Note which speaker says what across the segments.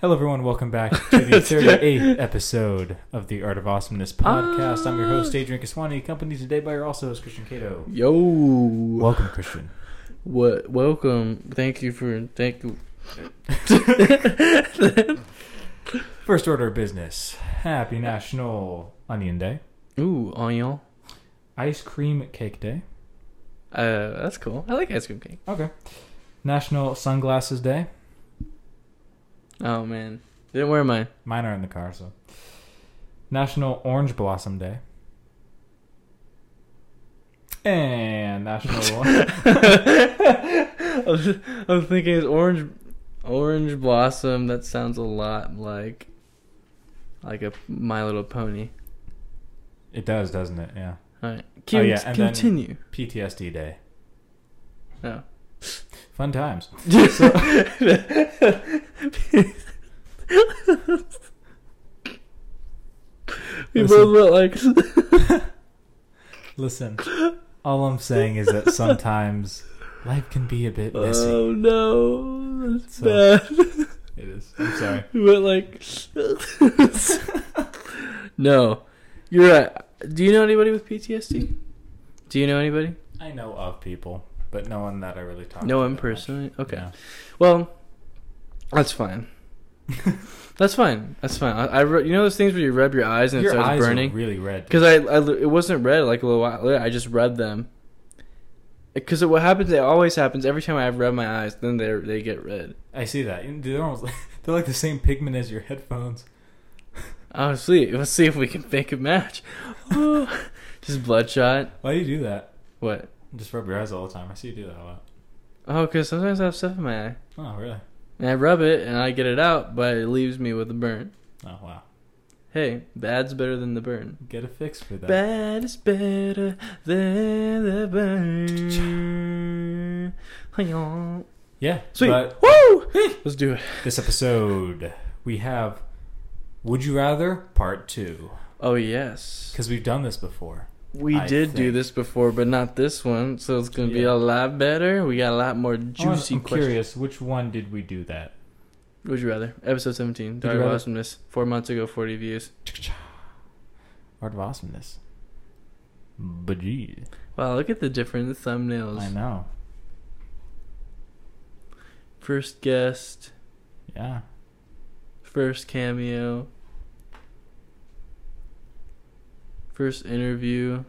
Speaker 1: Hello, everyone. Welcome back to the 38th episode of the Art of Awesomeness podcast. I'm your host, Adrian Kaswani, accompanied today by your also host, Christian Cato.
Speaker 2: Yo,
Speaker 1: Welcome, Christian.
Speaker 2: what? Welcome. Thank you for thank you.
Speaker 1: First order of business. Happy National Onion Day.
Speaker 2: Ooh, onion.
Speaker 1: Ice Cream Cake Day.
Speaker 2: Uh, that's cool. I like ice cream cake.
Speaker 1: Okay. National Sunglasses Day.
Speaker 2: Oh man, didn't wear mine.
Speaker 1: Mine are in the car, so. National Orange Blossom Day. And National.
Speaker 2: I was, I was thinking it's orange, orange blossom. That sounds a lot like, like a My Little Pony.
Speaker 1: it does, doesn't it? Yeah.
Speaker 2: All right,
Speaker 1: Oh, yeah, and then-
Speaker 2: continue. Oh.
Speaker 1: PTSD Day.
Speaker 2: No.
Speaker 1: Fun times.
Speaker 2: we
Speaker 1: Listen.
Speaker 2: both look like
Speaker 1: Listen, all I'm saying is that sometimes life can be a bit messy.
Speaker 2: Oh no, that's
Speaker 1: So-
Speaker 2: bad.
Speaker 1: it is. I'm sorry.
Speaker 2: We went like. no, you're right. Do you know anybody with PTSD? Do you know anybody?
Speaker 1: I know of people, but no one that I really talk
Speaker 2: No
Speaker 1: to
Speaker 2: one
Speaker 1: that
Speaker 2: personally.
Speaker 1: much.
Speaker 2: Okay.
Speaker 1: Yeah.
Speaker 2: Well, that's fine. that's fine. That's fine. I, I re- you know those things where you rub your eyes and it
Speaker 1: Your
Speaker 2: starts
Speaker 1: eyes
Speaker 2: burning.
Speaker 1: are really red.
Speaker 2: Because I, I, it wasn't read like a little while. later, I just read them. Because what happens, it always happens every time I've read my eyes. Then they they get red.
Speaker 1: I see that. You- They're almost like, they're like the same pigment as your headphones.
Speaker 2: Honestly, let's see if we can make a match. just bloodshot.
Speaker 1: Why do you do that?
Speaker 2: What?
Speaker 1: Just rub your eyes all the time. I see you do that a lot.
Speaker 2: Oh, because sometimes I have stuff in my eye,
Speaker 1: Oh, really?
Speaker 2: and I rub it and I get it out, but it leaves me with a burn.
Speaker 1: Oh, wow.
Speaker 2: Hey, bad's better than the burn.
Speaker 1: Get a fix for that.
Speaker 2: Bad is better than the burn. Hi-yah.
Speaker 1: yeah.
Speaker 2: Sweet.
Speaker 1: But
Speaker 2: Woo! Let's do it.
Speaker 1: this episode, we have Would You Rather Part 2.
Speaker 2: Oh yes.
Speaker 1: Because we've done this before.
Speaker 2: We
Speaker 1: I
Speaker 2: did do
Speaker 1: think.
Speaker 2: this before, but not this one. So it's gonna be
Speaker 1: Yeah.
Speaker 2: a lot better. We got a lot more
Speaker 1: I wanna-
Speaker 2: juicy
Speaker 1: I'm
Speaker 2: questions.
Speaker 1: curious, which one did we do that?
Speaker 2: Would you rather? Episode seventeen.
Speaker 1: Would you
Speaker 2: Dark
Speaker 1: rather?
Speaker 2: awesomeness. Four months ago, forty views.
Speaker 1: Art of awesomeness. But gee,
Speaker 2: Wow, look at the different thumbnails.
Speaker 1: I know.
Speaker 2: First guest,
Speaker 1: Yeah.
Speaker 2: first cameo, first interview.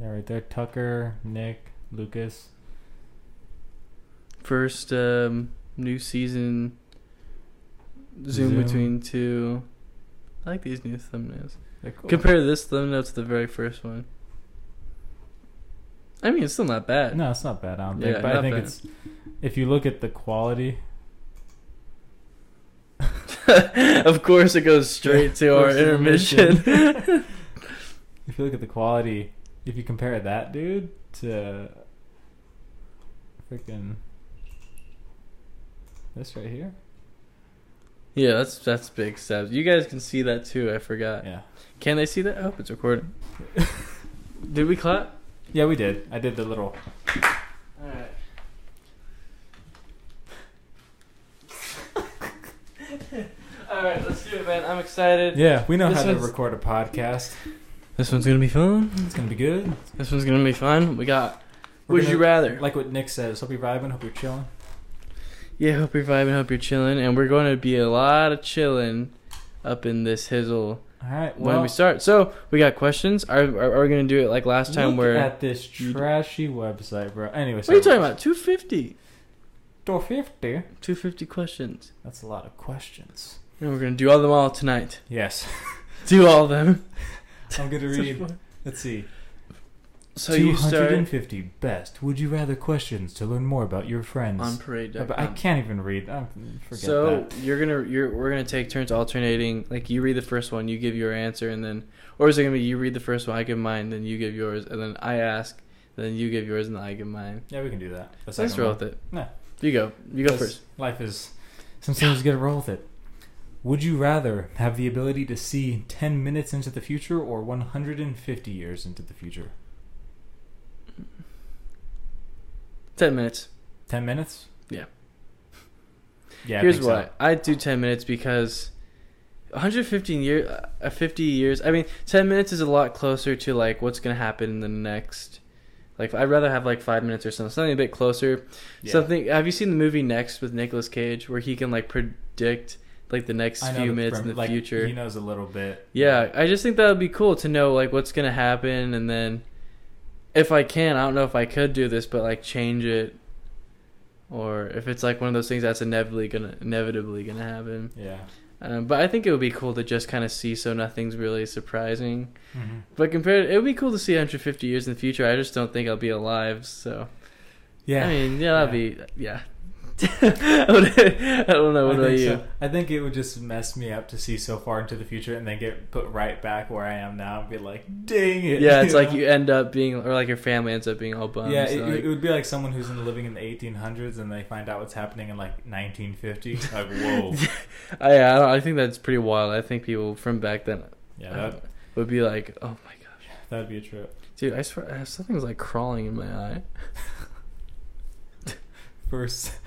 Speaker 1: Yeah, right there. Tucker, Nick, Lucas.
Speaker 2: first um, new season zoom,
Speaker 1: Zoom.
Speaker 2: between two. I like these new thumbnails.
Speaker 1: They're cool.
Speaker 2: Compare this thumbnail to the very first one. I mean, it's still not bad.
Speaker 1: No, it's not bad. I don't
Speaker 2: Yeah,
Speaker 1: think. but I
Speaker 2: not
Speaker 1: think
Speaker 2: bad.
Speaker 1: it's if you look at the quality.
Speaker 2: of course, it goes straight to our
Speaker 1: First
Speaker 2: intermission.
Speaker 1: intermission. if you look at the quality, if you compare that dude to freaking this right here.
Speaker 2: yeah, that's that's big steps. You guys can see that too. I forgot.
Speaker 1: Yeah.
Speaker 2: Can they see that? Oh, it's recording. Did we clap?
Speaker 1: Yeah, we did. I did the little.
Speaker 2: All right. All right, let's do it, man. I'm excited.
Speaker 1: Yeah, we know
Speaker 2: This
Speaker 1: how to
Speaker 2: one's-
Speaker 1: record a podcast.
Speaker 2: This one's gonna be fun.
Speaker 1: It's gonna be good.
Speaker 2: This one's gonna be fun. We got.
Speaker 1: We're
Speaker 2: would
Speaker 1: gonna-
Speaker 2: you rather?
Speaker 1: Like what Nick says, hope you're vibing, hope you're chilling.
Speaker 2: Yeah, hope you're vibing. Hope you're chilling, and we're going to be a lot of chilling up in this hizzle
Speaker 1: All right,
Speaker 2: when
Speaker 1: well,
Speaker 2: we start. So we got questions. Are are, are we gonna do it like last time?
Speaker 1: look
Speaker 2: Where
Speaker 1: at this trashy website, bro. Anyway,
Speaker 2: what are you talking about? Two fifty.
Speaker 1: Door fifty.
Speaker 2: Two fifty questions.
Speaker 1: That's a lot of questions.
Speaker 2: And we're gonna do all of them all tonight.
Speaker 1: Yes,
Speaker 2: Do all of them.
Speaker 1: I'm gonna read. Let's see.
Speaker 2: So
Speaker 1: Two
Speaker 2: you
Speaker 1: hundred and
Speaker 2: start
Speaker 1: fifty best. Would you rather questions to learn more about your friends?
Speaker 2: on parade.
Speaker 1: Uh, but I can't even read. I forget
Speaker 2: so
Speaker 1: that.
Speaker 2: you're gonna you're we're gonna take turns alternating. Like you read the first one, you give your answer, and then or is it gonna be you read the first one, I give mine, then you give yours, and then I ask, then you give yours, and I give mine.
Speaker 1: Yeah, we can do that. The
Speaker 2: Let's
Speaker 1: second
Speaker 2: roll
Speaker 1: one.
Speaker 2: with it.
Speaker 1: No.
Speaker 2: you go. You go
Speaker 1: 'Cause
Speaker 2: first.
Speaker 1: Life is sometimes you gotta roll with it. Would you rather have the ability to see ten minutes into the future or one hundred and fifty years into the future?
Speaker 2: Ten minutes.
Speaker 1: Ten minutes?
Speaker 2: Yeah.
Speaker 1: Yeah, I
Speaker 2: Here's
Speaker 1: think so.
Speaker 2: why I do 10 minutes because 115 years, uh, 50 years. I mean, 10 minutes is a lot closer to like what's gonna happen in the next. Like I'd rather have like five minutes or something, something a bit closer.
Speaker 1: Yeah.
Speaker 2: Something. Have you seen the movie Next with Nicolas Cage, where he can like predict like the next
Speaker 1: I know
Speaker 2: few
Speaker 1: the-
Speaker 2: minutes in
Speaker 1: from-
Speaker 2: the
Speaker 1: like,
Speaker 2: future?
Speaker 1: He knows a little bit.
Speaker 2: Yeah, I just think that would be cool to know like what's gonna happen, and then if I can, I don't know if I could do this, but like change it, or if it's like one of those things that's inevitably gonna inevitably gonna happen.
Speaker 1: Yeah.
Speaker 2: Um, but I think it would be cool to just kind of see, so nothing's really surprising.
Speaker 1: hmm
Speaker 2: But compared, it would be cool to see 150 years in the future. I just don't think I'll be alive. So
Speaker 1: Yeah.
Speaker 2: I mean, yeah, that'd be yeah. I would- I don't know. What
Speaker 1: I
Speaker 2: about
Speaker 1: think
Speaker 2: you?
Speaker 1: so. I think it would just mess me up to see so far into the future and then get put right back where I am now and be like, dang it.
Speaker 2: Yeah, it's
Speaker 1: know?
Speaker 2: like you end up being, or like your family ends up being all bums.
Speaker 1: Yeah,
Speaker 2: so,
Speaker 1: it,
Speaker 2: like-
Speaker 1: it would be like someone who's in, living in the 1800s and they find out what's happening in like 1950. Like, whoa.
Speaker 2: I, I don't- I think that's pretty wild. I think people from back then
Speaker 1: Yeah,
Speaker 2: uh,
Speaker 1: that
Speaker 2: would be like, "Oh my gosh,
Speaker 1: that'd be a trip.
Speaker 2: dude! I swear, I have something's like crawling in my eye."
Speaker 1: First,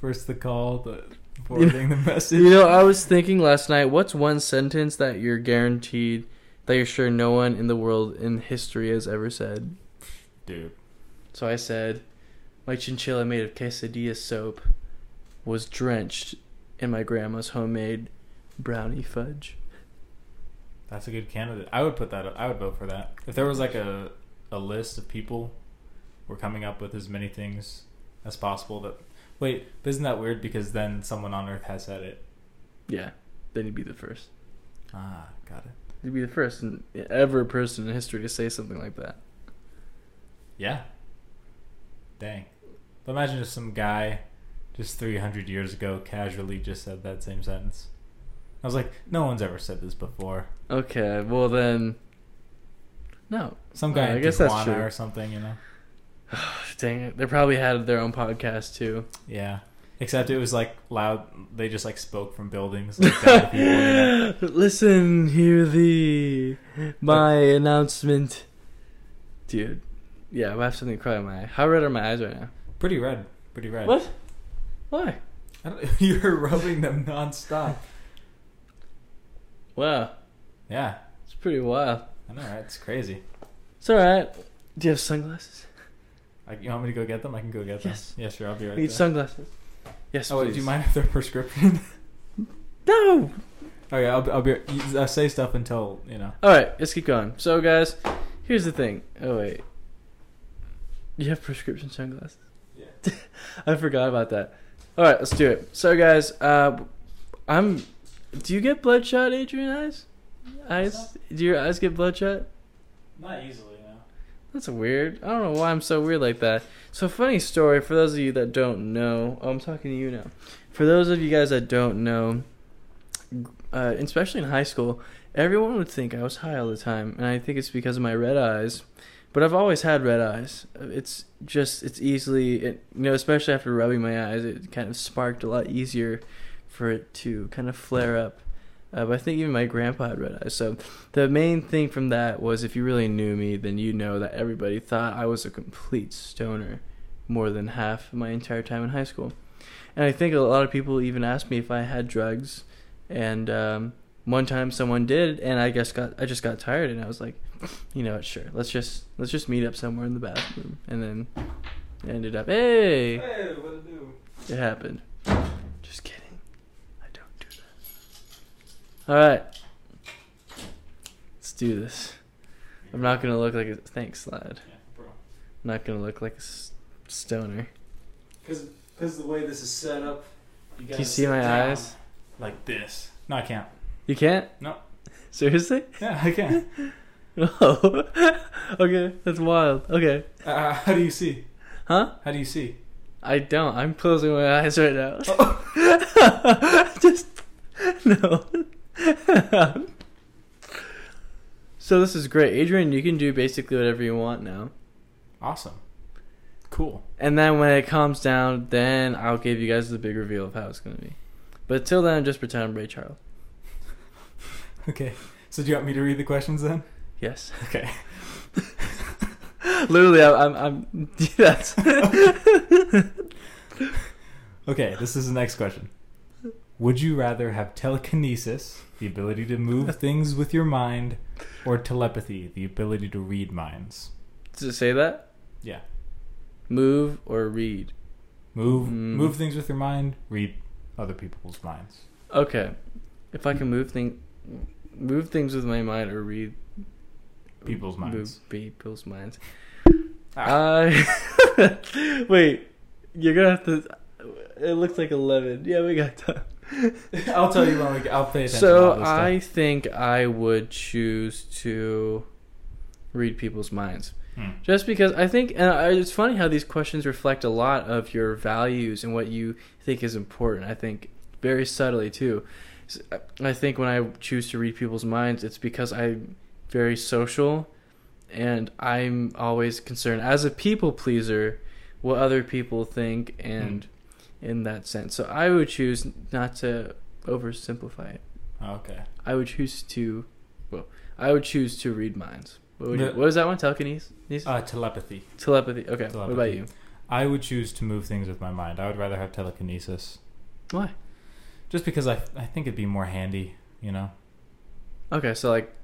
Speaker 1: first the call, the forwarding the message.
Speaker 2: You know, I was thinking last night, what's one sentence that you're guaranteed that you're sure no one in the world in history has ever said?
Speaker 1: dude.
Speaker 2: So I said, "My chinchilla made of quesadilla soap was drenched in my grandma's homemade brownie fudge."
Speaker 1: That's a good candidate. I would put that. up. I would vote for that. If there was like a a list of people, we're coming up with as many things as possible. That wait, but isn't that weird? Because then someone on Earth has said it.
Speaker 2: Yeah, then you'd be the first.
Speaker 1: Ah, got it.
Speaker 2: You'd be the first and ever person in history to say something like that.
Speaker 1: Yeah. Dang. But imagine if some guy just 300 years ago casually just said that same sentence. I was like, no one's ever said this before.
Speaker 2: Okay, well then. No,
Speaker 1: Some guy
Speaker 2: Yeah, Uh, I
Speaker 1: in
Speaker 2: guess that's true.
Speaker 1: Tijuana or something, you know?
Speaker 2: dang it! They probably had their own podcast too.
Speaker 1: Yeah. Except it was like loud. They just like spoke from buildings. Like, down to people, you know?
Speaker 2: Listen, hear thee, my announcement, dude. Yeah, I have something crying in my eye. How red are my eyes right now?
Speaker 1: Pretty red. Pretty red.
Speaker 2: What? Why?
Speaker 1: I don't, you're rubbing them nonstop.
Speaker 2: Wow,
Speaker 1: Yeah.
Speaker 2: it's pretty wild.
Speaker 1: I know, right? It's crazy.
Speaker 2: It's all right. Do you have sunglasses?
Speaker 1: Like, you want me to go get them? I can go get them.
Speaker 2: Yes.
Speaker 1: Yeah, sure. I'll be right
Speaker 2: I need
Speaker 1: there.
Speaker 2: sunglasses. Yes,
Speaker 1: oh,
Speaker 2: please.
Speaker 1: wait, do you mind if they're prescription?
Speaker 2: No.
Speaker 1: okay, I'll, I'll be. you- Uh, say stuff until you know.
Speaker 2: All right, let's keep going. So, guys, here's the thing. Oh wait, you have prescription sunglasses.
Speaker 1: Yeah.
Speaker 2: I forgot about that. All right, let's do it. So, guys, uh, I'm. Do you get bloodshot, Adrian? Eyes? Eyes? Do your eyes get bloodshot?
Speaker 1: Not easily, no.
Speaker 2: That's weird. I don't know why I'm so weird like that. So, funny story for those of you that don't know. Oh, I'm talking to you now. For those of you guys that don't know, uh, especially in high school, everyone would think I was high all the time, and I think it's because of my red eyes. But I've always had red eyes. It's just it's easily it, you know, especially after rubbing my eyes, it kind of sparked a lot easier for it to kind of flare up. Uh, but I think even my grandpa had red eyes. So the main thing from that was if you really knew me, then you know that everybody thought I was a complete stoner more than half of my entire time in high school. And I think a lot of people even asked me if I had drugs. And um, one time someone did, and I guess got I just got tired, and I was like, you know what, sure, let's just let's just meet up somewhere in the bathroom, and then it ended up, hey,
Speaker 1: what to do?
Speaker 2: it happened. Just kidding, I don't do that. All right, let's do this. I'm not gonna look like a thanks, lad.
Speaker 1: Yeah, bro.
Speaker 2: I'm not gonna look like a s- stoner.
Speaker 1: Because the way this is set up, you
Speaker 2: Can you see my eyes?
Speaker 1: Like this. No, I can't.
Speaker 2: You can't?
Speaker 1: No.
Speaker 2: Seriously?
Speaker 1: Yeah, I can't.
Speaker 2: No. okay, that's wild. Okay.
Speaker 1: Uh, how do you see?
Speaker 2: Huh?
Speaker 1: How do you see?
Speaker 2: I don't. I'm closing my eyes right now. Just no. so this is great, Adrian. You can do basically whatever you want now.
Speaker 1: Awesome. Cool.
Speaker 2: And then when it calms down, then I'll give you guys the big reveal of how it's gonna be. But till then, just pretend I'm Ray Charles.
Speaker 1: Okay. So do you want me to read the questions then?
Speaker 2: Yes.
Speaker 1: Okay.
Speaker 2: Literally, I'm. I'm, I'm that's.
Speaker 1: Okay, this is the next question. Would you rather have telekinesis, the ability to move things with your mind, or telepathy, the ability to read minds?
Speaker 2: Does it say that?
Speaker 1: Yeah.
Speaker 2: Move or read?
Speaker 1: Move
Speaker 2: Mm.
Speaker 1: move things with your mind, read other people's minds.
Speaker 2: Okay. If I can move thing, move things with my mind or read
Speaker 1: People's minds.
Speaker 2: Move people's minds. Uh,
Speaker 1: Ah.
Speaker 2: I Uh, wait. You're gonna have to. It looks like eleven. Yeah, we got time.
Speaker 1: I'll tell you when we get- I'll pay attention to all
Speaker 2: So
Speaker 1: this stuff.
Speaker 2: I think I would choose to read people's minds.
Speaker 1: Hmm.
Speaker 2: Just because I think, and I- it's funny how these questions reflect a lot of your values and what you think is important. I think very subtly too. S- I think when I choose to read people's minds, it's because I'm very social, and I'm always concerned as a people pleaser what other people think and in that sense. So I would choose not to oversimplify it.
Speaker 1: Ah, Okay.
Speaker 2: I would choose to, well, I would choose to read minds. What, would you,
Speaker 1: The-
Speaker 2: what was that one? Telekinesis.
Speaker 1: Uh, telepathy.
Speaker 2: Telepathy. Okay. What about
Speaker 1: Telepathy.
Speaker 2: you?
Speaker 1: I would choose to move things with my mind. I would rather have telekinesis.
Speaker 2: Why?
Speaker 1: Just because I, I think it'd be more handy, you know?
Speaker 2: Okay, so like,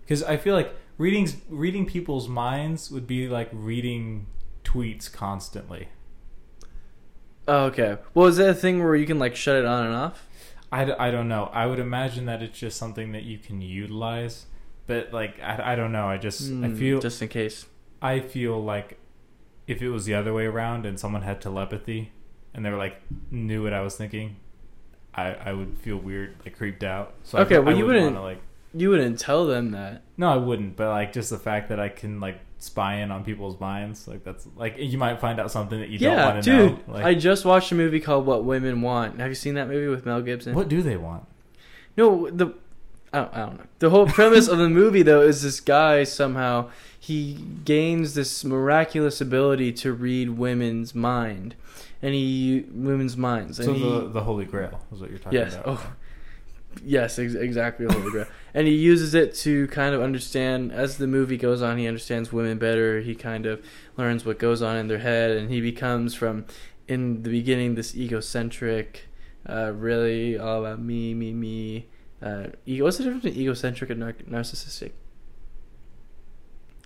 Speaker 1: Because I feel like readings, reading people's minds would be like reading tweets constantly.
Speaker 2: oh, okay. Well, is that a thing where you can like shut it on and off?
Speaker 1: I, d- I don't know. I would imagine that it's just something that you can utilize. But like, I, I don't know. I just, I
Speaker 2: Hmm,
Speaker 1: feel,
Speaker 2: just in case.
Speaker 1: I feel like if it was the other way around and someone had telepathy and they were like knew what I was thinking, I I would feel weird, like creeped out. So I-
Speaker 2: Okay, well,
Speaker 1: I,
Speaker 2: you wouldn't-
Speaker 1: wanna, like
Speaker 2: You wouldn't tell them that.
Speaker 1: no, I wouldn't. But like just the fact that I can like spy in on people's minds, like that's like you might find out something that you don't
Speaker 2: yeah,
Speaker 1: want to know.
Speaker 2: dude.
Speaker 1: Like,
Speaker 2: I just watched a movie called What Women Want. Have you seen that movie with Mel Gibson?
Speaker 1: what do they want?
Speaker 2: No, the I don't, I don't know. The whole premise of the movie though is this guy somehow he gains this miraculous ability to read women's mind, and he women's minds. And
Speaker 1: So
Speaker 2: he,
Speaker 1: the the Holy Grail is what you're talking
Speaker 2: yes.
Speaker 1: about.
Speaker 2: Oh, yes. Ex- exactly. the Holy Grail. and he uses it to kind of understand. As the movie goes on, he understands women better. He kind of learns what goes on in their head, and he becomes from in the beginning this egocentric, uh, really all about me, me, me. Uh, ego. What's the difference between egocentric and nar- narcissistic?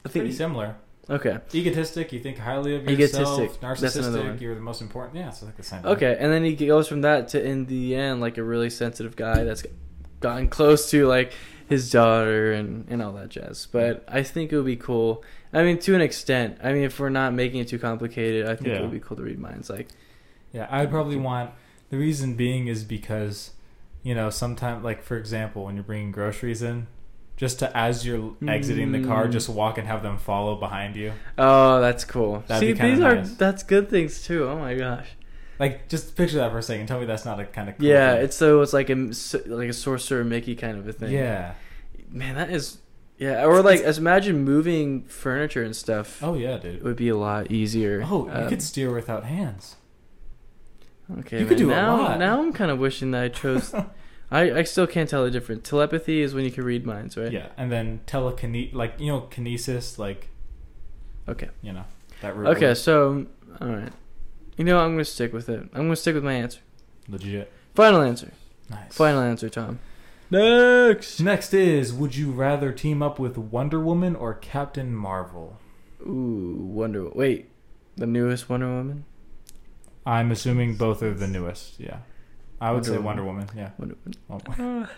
Speaker 2: I
Speaker 1: Pretty
Speaker 2: think.
Speaker 1: similar.
Speaker 2: Okay.
Speaker 1: Egotistic, you think highly of yourself.
Speaker 2: Egotistic, that's another one.
Speaker 1: Narcissistic, you're the most important. Yeah, it's like the same. thing.
Speaker 2: Okay, and then he goes from that to in the end, like a really sensitive guy that's gotten close to like his daughter and and all that jazz. But I think it would be cool. I mean, to an extent. I mean, if we're not making it too complicated, I think it
Speaker 1: Yeah.
Speaker 2: would be cool to read minds. Like,
Speaker 1: Yeah, I would probably want the reason being is because you know sometimes like for example when you're bringing groceries in just to as you're exiting the car
Speaker 2: Mm.
Speaker 1: just walk and have them follow behind you
Speaker 2: oh, that's cool.
Speaker 1: That'd
Speaker 2: See,
Speaker 1: be kinda
Speaker 2: these
Speaker 1: nice.
Speaker 2: are that's good things too. Oh my gosh.
Speaker 1: like just picture that for a second tell me that's not a kind of cool
Speaker 2: Yeah,
Speaker 1: thing.
Speaker 2: it's so it's like a s- like a sorcerer Mickey kind of a thing.
Speaker 1: yeah
Speaker 2: man, that is. Yeah, or like as imagine moving furniture and stuff.
Speaker 1: oh yeah
Speaker 2: It
Speaker 1: dude
Speaker 2: would be a lot easier.
Speaker 1: oh you
Speaker 2: Um,
Speaker 1: could steer without hands
Speaker 2: Okay,
Speaker 1: You could
Speaker 2: man.
Speaker 1: do a
Speaker 2: now,
Speaker 1: lot.
Speaker 2: Now I'm kind of wishing that I chose. I, I still can't tell the difference. Telepathy is when you can read minds, right?
Speaker 1: yeah and then telekine like you know kinesis like
Speaker 2: Okay.
Speaker 1: you know that root
Speaker 2: Okay.
Speaker 1: word.
Speaker 2: So, all right. You know, I'm gonna stick with it. I'm gonna stick with my answer.
Speaker 1: legit
Speaker 2: Final answer.
Speaker 1: nice
Speaker 2: Final answer, Tom. Next.
Speaker 1: next is would you rather team up with wonder woman or captain marvel
Speaker 2: Ooh, Wonder. Wait, the newest Wonder Woman.
Speaker 1: I'm assuming both are the newest. Yeah, I would
Speaker 2: Wonder
Speaker 1: say
Speaker 2: Woman.
Speaker 1: Wonder Woman. Yeah.
Speaker 2: Wonder
Speaker 1: Oh.
Speaker 2: Woman.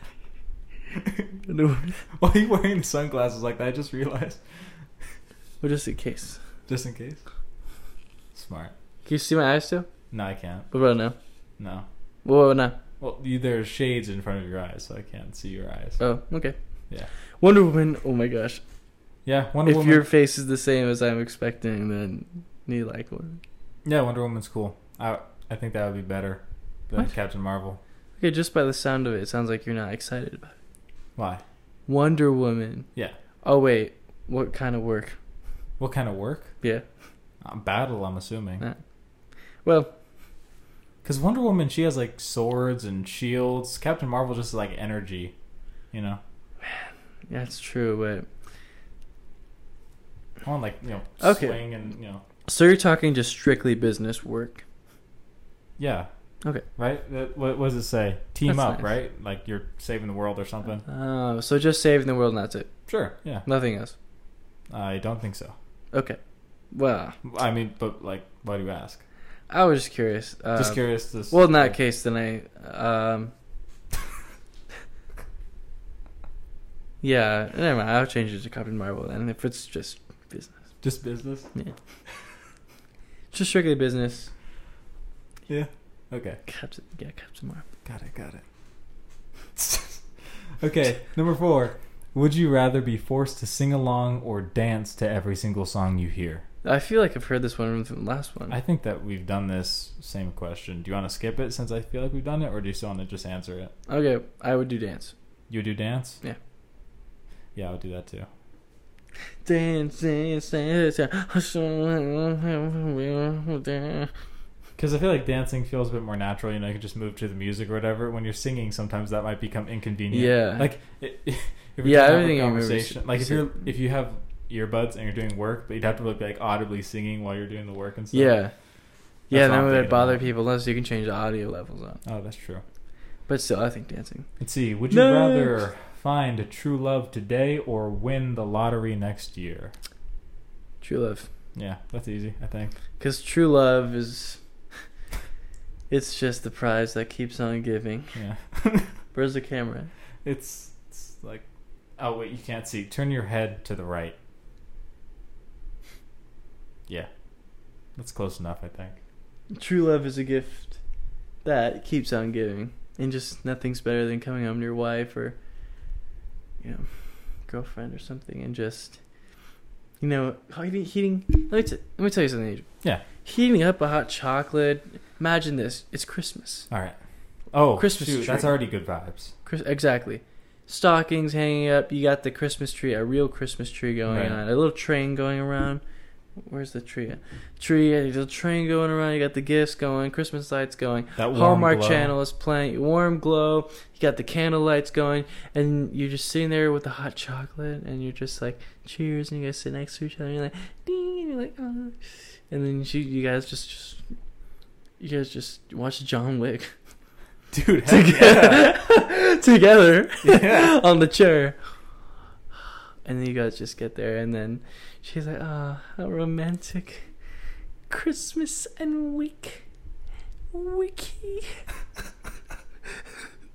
Speaker 2: Wonder Woman.
Speaker 1: Why are you wearing sunglasses like that? I just realized.
Speaker 2: well, just in case.
Speaker 1: Just in case. Smart.
Speaker 2: Can you see my eyes too?
Speaker 1: No, I can't.
Speaker 2: What about now?
Speaker 1: No.
Speaker 2: Whoa, now.
Speaker 1: Well, you, there are shades in front of your eyes, so I can't see your eyes.
Speaker 2: Oh, okay.
Speaker 1: Yeah.
Speaker 2: Wonder Woman. Oh my gosh.
Speaker 1: Yeah, Wonder
Speaker 2: if
Speaker 1: Woman.
Speaker 2: your face is the same as I'm expecting, then you like one.
Speaker 1: Yeah, Wonder Woman's cool. I I think that would be better than
Speaker 2: What?
Speaker 1: Captain Marvel.
Speaker 2: Okay, just by the sound of it, it sounds like you're not excited about it.
Speaker 1: Why?
Speaker 2: Wonder Woman.
Speaker 1: Yeah.
Speaker 2: Oh wait, what kind of work?
Speaker 1: What kind of work?
Speaker 2: Yeah.
Speaker 1: Uh, battle, I'm assuming.
Speaker 2: Uh, Well,
Speaker 1: Because Wonder Woman, she has like swords and shields. Captain Marvel just like energy, you know.
Speaker 2: yeah, it's true,
Speaker 1: I want like you know
Speaker 2: Okay.
Speaker 1: swing and you know
Speaker 2: but so you're talking just strictly business work.
Speaker 1: Yeah,
Speaker 2: Okay.
Speaker 1: Right? That- What, what does it say? Team
Speaker 2: That's
Speaker 1: up,
Speaker 2: nice.
Speaker 1: right? Like you're saving the world or something.
Speaker 2: Oh, so just saving the world and that's it.
Speaker 1: Sure. Yeah.
Speaker 2: Nothing else.
Speaker 1: I don't think so.
Speaker 2: Okay. Well,
Speaker 1: I mean, but like, why do you ask?
Speaker 2: I was just curious. Uh,
Speaker 1: Just curious. oh, This.
Speaker 2: Well, in that case, then I. Um, yeah, never mind. I'll change it to Captain Marvel then. If it's just business,
Speaker 1: Just business.
Speaker 2: just strictly business.
Speaker 1: Yeah. Okay.
Speaker 2: Captain, yeah, Captain Marvel.
Speaker 1: Got it. Got it. okay. Number four. Would you rather be forced to sing along or dance to every single song you hear?
Speaker 2: I feel like I've heard this one from the last one.
Speaker 1: I think that we've done this same question. Do you want to skip it since I feel like we've done it, or do you still want to just answer it?
Speaker 2: okay, I would do dance.
Speaker 1: You would do dance?
Speaker 2: Yeah.
Speaker 1: Yeah, I would do that too.
Speaker 2: Dance, dance, dance. yeah.
Speaker 1: Because I feel like dancing feels a bit more natural. You know, you can just move to the music or whatever. When you're singing, sometimes that might become inconvenient.
Speaker 2: Yeah.
Speaker 1: Like, it, if you're trying
Speaker 2: Yeah,
Speaker 1: to have a
Speaker 2: everything I remember
Speaker 1: conversation.
Speaker 2: is-
Speaker 1: Like if
Speaker 2: is-
Speaker 1: you're if you have earbuds and you're doing work, but you'd have to look like audibly singing while you're doing the work and stuff.
Speaker 2: Yeah, yeah.
Speaker 1: That's what I'm
Speaker 2: Then it
Speaker 1: thinking
Speaker 2: would bother
Speaker 1: about.
Speaker 2: people unless you can change the audio levels up.
Speaker 1: Oh, that's true.
Speaker 2: But still, I think dancing.
Speaker 1: Let's see. Would you
Speaker 2: Next.
Speaker 1: rather find a true love today or win the lottery next year?
Speaker 2: True love.
Speaker 1: Yeah, that's easy. I think.
Speaker 2: Because true love is. It's just the prize that keeps on giving.
Speaker 1: Yeah.
Speaker 2: Where's the camera?
Speaker 1: It's, it's like, oh wait, you can't see. Turn your head to the right. Yeah, that's close enough, I think.
Speaker 2: True love is a gift that keeps on giving. And just nothing's better than coming home to your wife or, you know, girlfriend or something and just, you know, heating. heating let, me t- let me tell you something, Adrian.
Speaker 1: Yeah.
Speaker 2: Heating up a hot chocolate. Imagine this. It's Christmas.
Speaker 1: All right. Oh,
Speaker 2: Christmas
Speaker 1: shoot,
Speaker 2: tree.
Speaker 1: that's already good vibes.
Speaker 2: Chris- exactly. Stockings hanging up. You got the Christmas tree, a real Christmas tree going
Speaker 1: Right.
Speaker 2: on. A little train going around. Where's the tree? At? Tree, a little train going around. You got the gifts going, Christmas lights going.
Speaker 1: That warm
Speaker 2: Hallmark
Speaker 1: glow.
Speaker 2: Channel is playing. Warm glow. You got the candle lights going, and you're just sitting there with the hot chocolate, and you're just like, cheers, and you guys sit next to each other, and you're like, ding, and you're like, oh. and then you, you guys just, just, you guys just watch John Wick
Speaker 1: Dude, heck yeah.
Speaker 2: together, together
Speaker 1: Yeah.
Speaker 2: on the chair. And then you guys just get there, and then she's like, "Ah, how romantic, Christmas and week, wiki."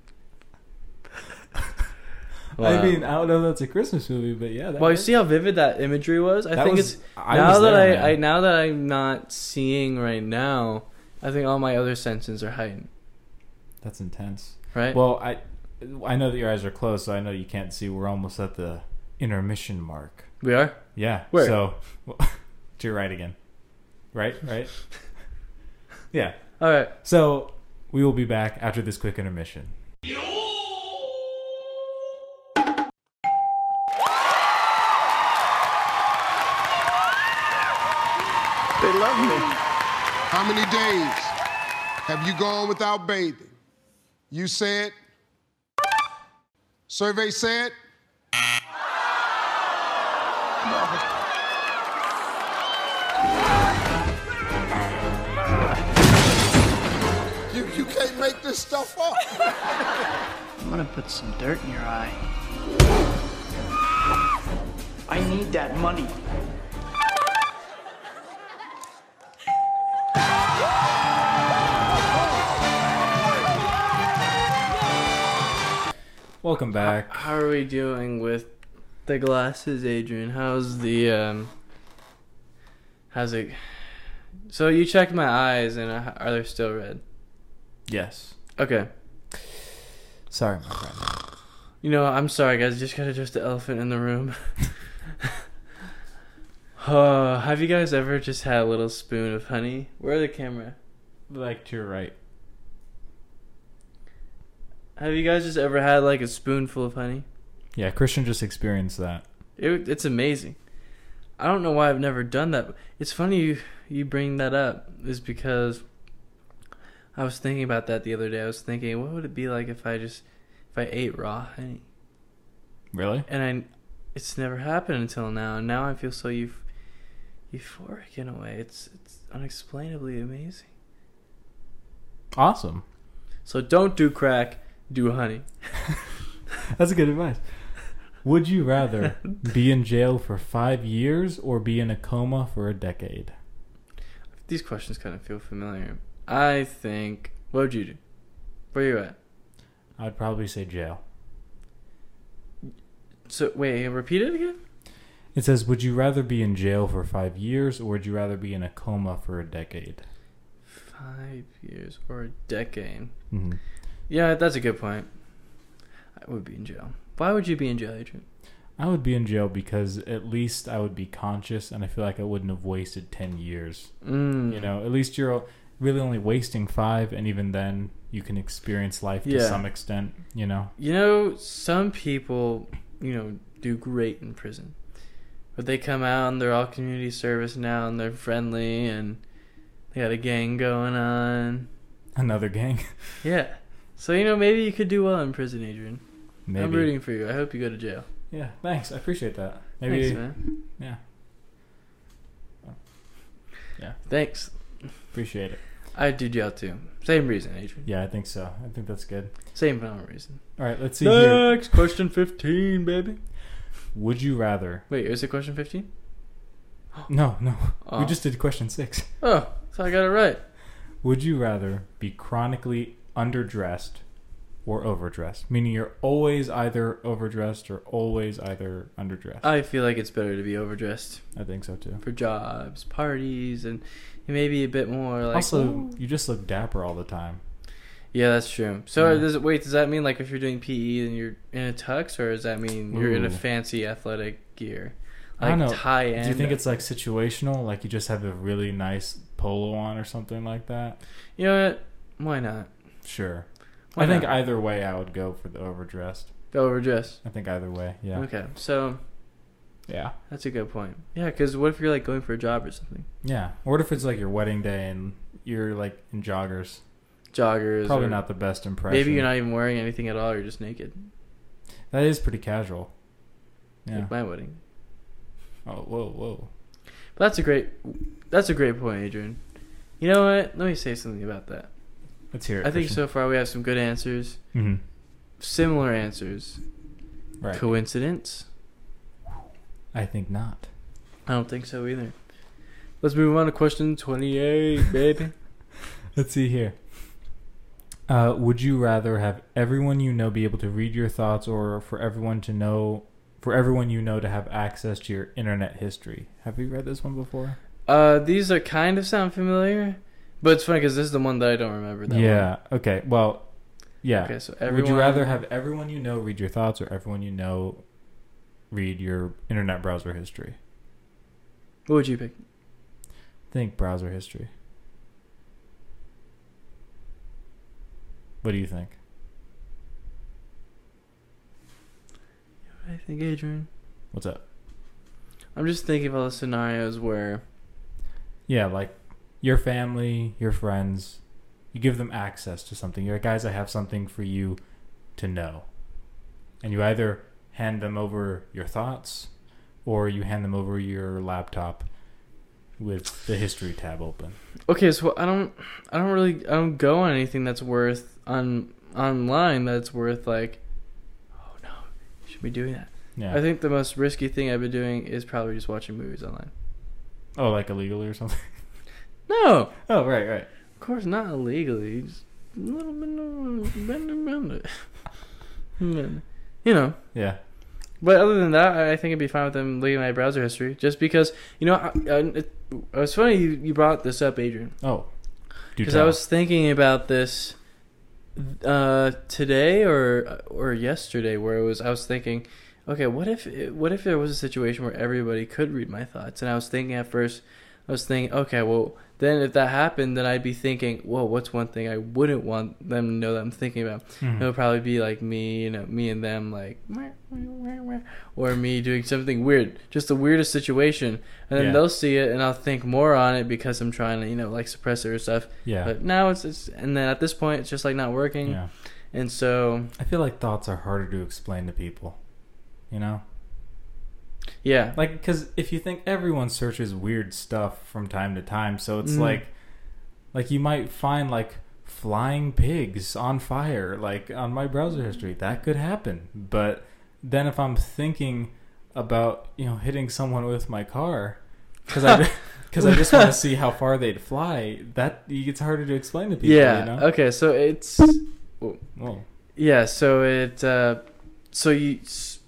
Speaker 1: I mean, I don't know if that's a Christmas movie, but yeah. That
Speaker 2: well, you
Speaker 1: works.
Speaker 2: see how vivid that imagery was. I
Speaker 1: That
Speaker 2: think
Speaker 1: was-
Speaker 2: it's
Speaker 1: I
Speaker 2: now
Speaker 1: was
Speaker 2: that
Speaker 1: there,
Speaker 2: I, I
Speaker 1: man.
Speaker 2: now that I'm not seeing right now. I think all my other senses are heightened,
Speaker 1: that's intense.
Speaker 2: right?
Speaker 1: Well, I, I know that your eyes are closed, so I know you can't see. We're almost at the intermission mark.
Speaker 2: we are.
Speaker 1: Yeah.
Speaker 2: Where?
Speaker 1: So, well, to your right again. Right. Right. yeah.
Speaker 2: All right.
Speaker 1: So we will be back after this quick intermission.
Speaker 3: They love me.
Speaker 4: How many days have you gone without bathing? You said, survey said, you, you can't make this stuff up.
Speaker 5: I'm gonna put some dirt in your eye. I need that money.
Speaker 1: Welcome back.
Speaker 2: How are we doing with the glasses, Adrian? How's the um? How's it? So you checked my eyes, and uh, are they still red?
Speaker 1: Yes.
Speaker 2: Okay.
Speaker 1: Sorry, my friend.
Speaker 2: You know, I'm sorry, guys. Just gotta address the elephant in the room. Uh, have you guys ever just had a little spoon of honey? Where the camera?
Speaker 1: Like to your right.
Speaker 2: Have you guys just ever had like a spoonful of honey?
Speaker 1: Yeah, Christian just experienced that.
Speaker 2: It, it's amazing. I don't know why I've never done that. It's funny you, you bring that up, is because I was thinking about that the other day. I was thinking, what would it be like if I just if I ate raw honey?
Speaker 1: Really?
Speaker 2: And I, it's never happened until now. And now I feel so euf, euphoric in a way. It's it's unexplainably amazing.
Speaker 1: Awesome.
Speaker 2: So don't do crack, do honey.
Speaker 1: That's good advice. Would you rather be in jail for five years or be in a coma for a decade?
Speaker 2: These questions kind of feel familiar. I think. What would you do? Where you at?
Speaker 1: I'd probably say jail.
Speaker 2: So wait, repeat it again.
Speaker 1: It says, Would you rather be in jail for five years or would you rather be in a coma for a decade?
Speaker 2: Five years or a decade.
Speaker 1: Mhm.
Speaker 2: Yeah, that's a good point. I would be in jail. Why would you be in jail, Adrian?
Speaker 1: I would be in jail because at least I would be conscious and I feel like I wouldn't have wasted 10 years.
Speaker 2: Mm.
Speaker 1: You know, at least you're really only wasting five, and even then, you can experience life to
Speaker 2: Yeah.
Speaker 1: some extent, you know?
Speaker 2: You know, some people, you know, do great in prison. But they come out and they're all community service now and they're friendly and they got a gang going on.
Speaker 1: Another gang.
Speaker 2: Yeah. So, you know, maybe you could do well in prison, Adrian.
Speaker 1: Maybe.
Speaker 2: I'm rooting for you. I hope you go to jail.
Speaker 1: Yeah, thanks. I appreciate that. Maybe.
Speaker 2: Maybe. Thanks, man.
Speaker 1: Yeah,
Speaker 2: Thanks.
Speaker 1: appreciate it.
Speaker 2: I'd do jail too. Same reason, Adrian.
Speaker 1: Yeah, I think so. I think that's good.
Speaker 2: Same final reason.
Speaker 1: All right, let's see here.
Speaker 2: Next, question 15, baby.
Speaker 1: Would you rather?
Speaker 2: Wait, is it question 15?
Speaker 1: No, no.
Speaker 2: Oh.
Speaker 1: We just did question six.
Speaker 2: Oh, so I got it right.
Speaker 1: Would you rather be chronically underdressed or overdressed? Meaning you're always either overdressed or always either underdressed.
Speaker 2: I feel like it's better to be overdressed
Speaker 1: I think so too.
Speaker 2: for jobs, parties, and maybe a bit more like.
Speaker 1: also,
Speaker 2: ooh.
Speaker 1: you just look dapper all the time.
Speaker 2: yeah, that's true. So
Speaker 1: Yeah.
Speaker 2: does it, wait, does that mean like if you're doing PE and you're in a tux, or does that mean you're in a
Speaker 1: Ooh.
Speaker 2: fancy athletic gear,
Speaker 1: I
Speaker 2: like
Speaker 1: don't know.
Speaker 2: tie end?
Speaker 1: Do you think it's like situational? Like you just have a really nice polo on or something like that?
Speaker 2: You know what? Why not?
Speaker 1: Sure.
Speaker 2: Why
Speaker 1: I think
Speaker 2: not?
Speaker 1: either way, I would go for the overdressed.
Speaker 2: Overdress.
Speaker 1: I think either way, yeah,
Speaker 2: Okay, so
Speaker 1: yeah,
Speaker 2: that's a good point. Yeah, because what if you're like going for a job or something?
Speaker 1: yeah. Or what if it's like your wedding day and you're like in joggers?
Speaker 2: Joggers.
Speaker 1: Probably
Speaker 2: or-
Speaker 1: not the best impression.
Speaker 2: Maybe you're not even wearing anything at all. You're just naked.
Speaker 1: That is pretty casual. Yeah.
Speaker 2: Like my wedding.
Speaker 1: Oh, whoa, whoa.
Speaker 2: But that's a great. That's a great point, Adrian. You know what? Let me say something about that.
Speaker 1: Let's hear it.
Speaker 2: I think so far we have some good answers,
Speaker 1: hmm
Speaker 2: similar answers.
Speaker 1: Right.
Speaker 2: Coincidence?
Speaker 1: I think not.
Speaker 2: I don't think so either. Let's move on to question 28, baby.
Speaker 1: Let's see here. Uh, would you rather have everyone you know be able to read your thoughts, or for everyone to know, for everyone you know to have access to your internet history? Have you read this one before?
Speaker 2: Uh, these are kind of sound familiar, but it's funny because this is the one that I don't remember. That
Speaker 1: yeah.
Speaker 2: well.
Speaker 1: Okay. Well. Yeah.
Speaker 2: Okay, so everyone.
Speaker 1: Would you rather have everyone you know read your thoughts, or everyone you know read your internet browser history?
Speaker 2: What would you pick?
Speaker 1: Think browser history. What do you think?
Speaker 2: I think Adrian.
Speaker 1: What's up?
Speaker 2: I'm just thinking of all the scenarios where.
Speaker 1: Yeah, like your family, your friends, you give them access to something. You're like, guys, I have something for you to know. And you either hand them over your thoughts or you hand them over your laptop with the history tab open.
Speaker 2: Okay, so I don't, I don't really, I don't go on anything that's worth on online that's worth like. Oh no, you should be doing that.
Speaker 1: Yeah.
Speaker 2: I think the most risky thing I've been doing is probably just watching movies online.
Speaker 1: oh, like illegally or something.
Speaker 2: No,
Speaker 1: oh, right, right.
Speaker 2: Of course, not illegally. Just a little bit, of- bend it, bend it. Bend it. you know.
Speaker 1: Yeah.
Speaker 2: But other than that, I I think it'd be fine with them looking at my browser history, just because you know. I, I, it, it was funny you, you brought this up, Adrian,
Speaker 1: Oh. Do
Speaker 2: because I
Speaker 1: tell.
Speaker 2: was thinking about this uh, today or or yesterday, where it was I was thinking, okay, what if it, what if there was a situation where everybody could read my thoughts? And I was thinking at first, I was thinking, okay, well, then if that happened, then I'd be thinking, well, what's one thing I wouldn't want them to know that I'm thinking about?
Speaker 1: Mhm.
Speaker 2: It would probably be like me, you know, me and them, like, "Meh, meh, meh, meh," or me doing something weird, just the weirdest situation, and then
Speaker 1: Yeah.
Speaker 2: they'll see it, and I'll think more on it because I'm trying to, you know, like suppress it or stuff.
Speaker 1: Yeah.
Speaker 2: But now it's, it's, and then at this point, it's just like not working,
Speaker 1: yeah.
Speaker 2: and so
Speaker 1: I feel like thoughts are harder to explain to people. You know?
Speaker 2: yeah,
Speaker 1: like because if you think everyone searches weird stuff from time to time so it's
Speaker 2: Mm.
Speaker 1: like like you might find like flying pigs on fire, like on my browser history. That could happen. But then if I'm thinking about, you know, hitting someone with my car, because I, cause I just want to see how far they'd fly, that it's harder to explain to people,
Speaker 2: yeah.
Speaker 1: you know?
Speaker 2: Okay, so it's
Speaker 1: Well,
Speaker 2: yeah. So it uh, so you s-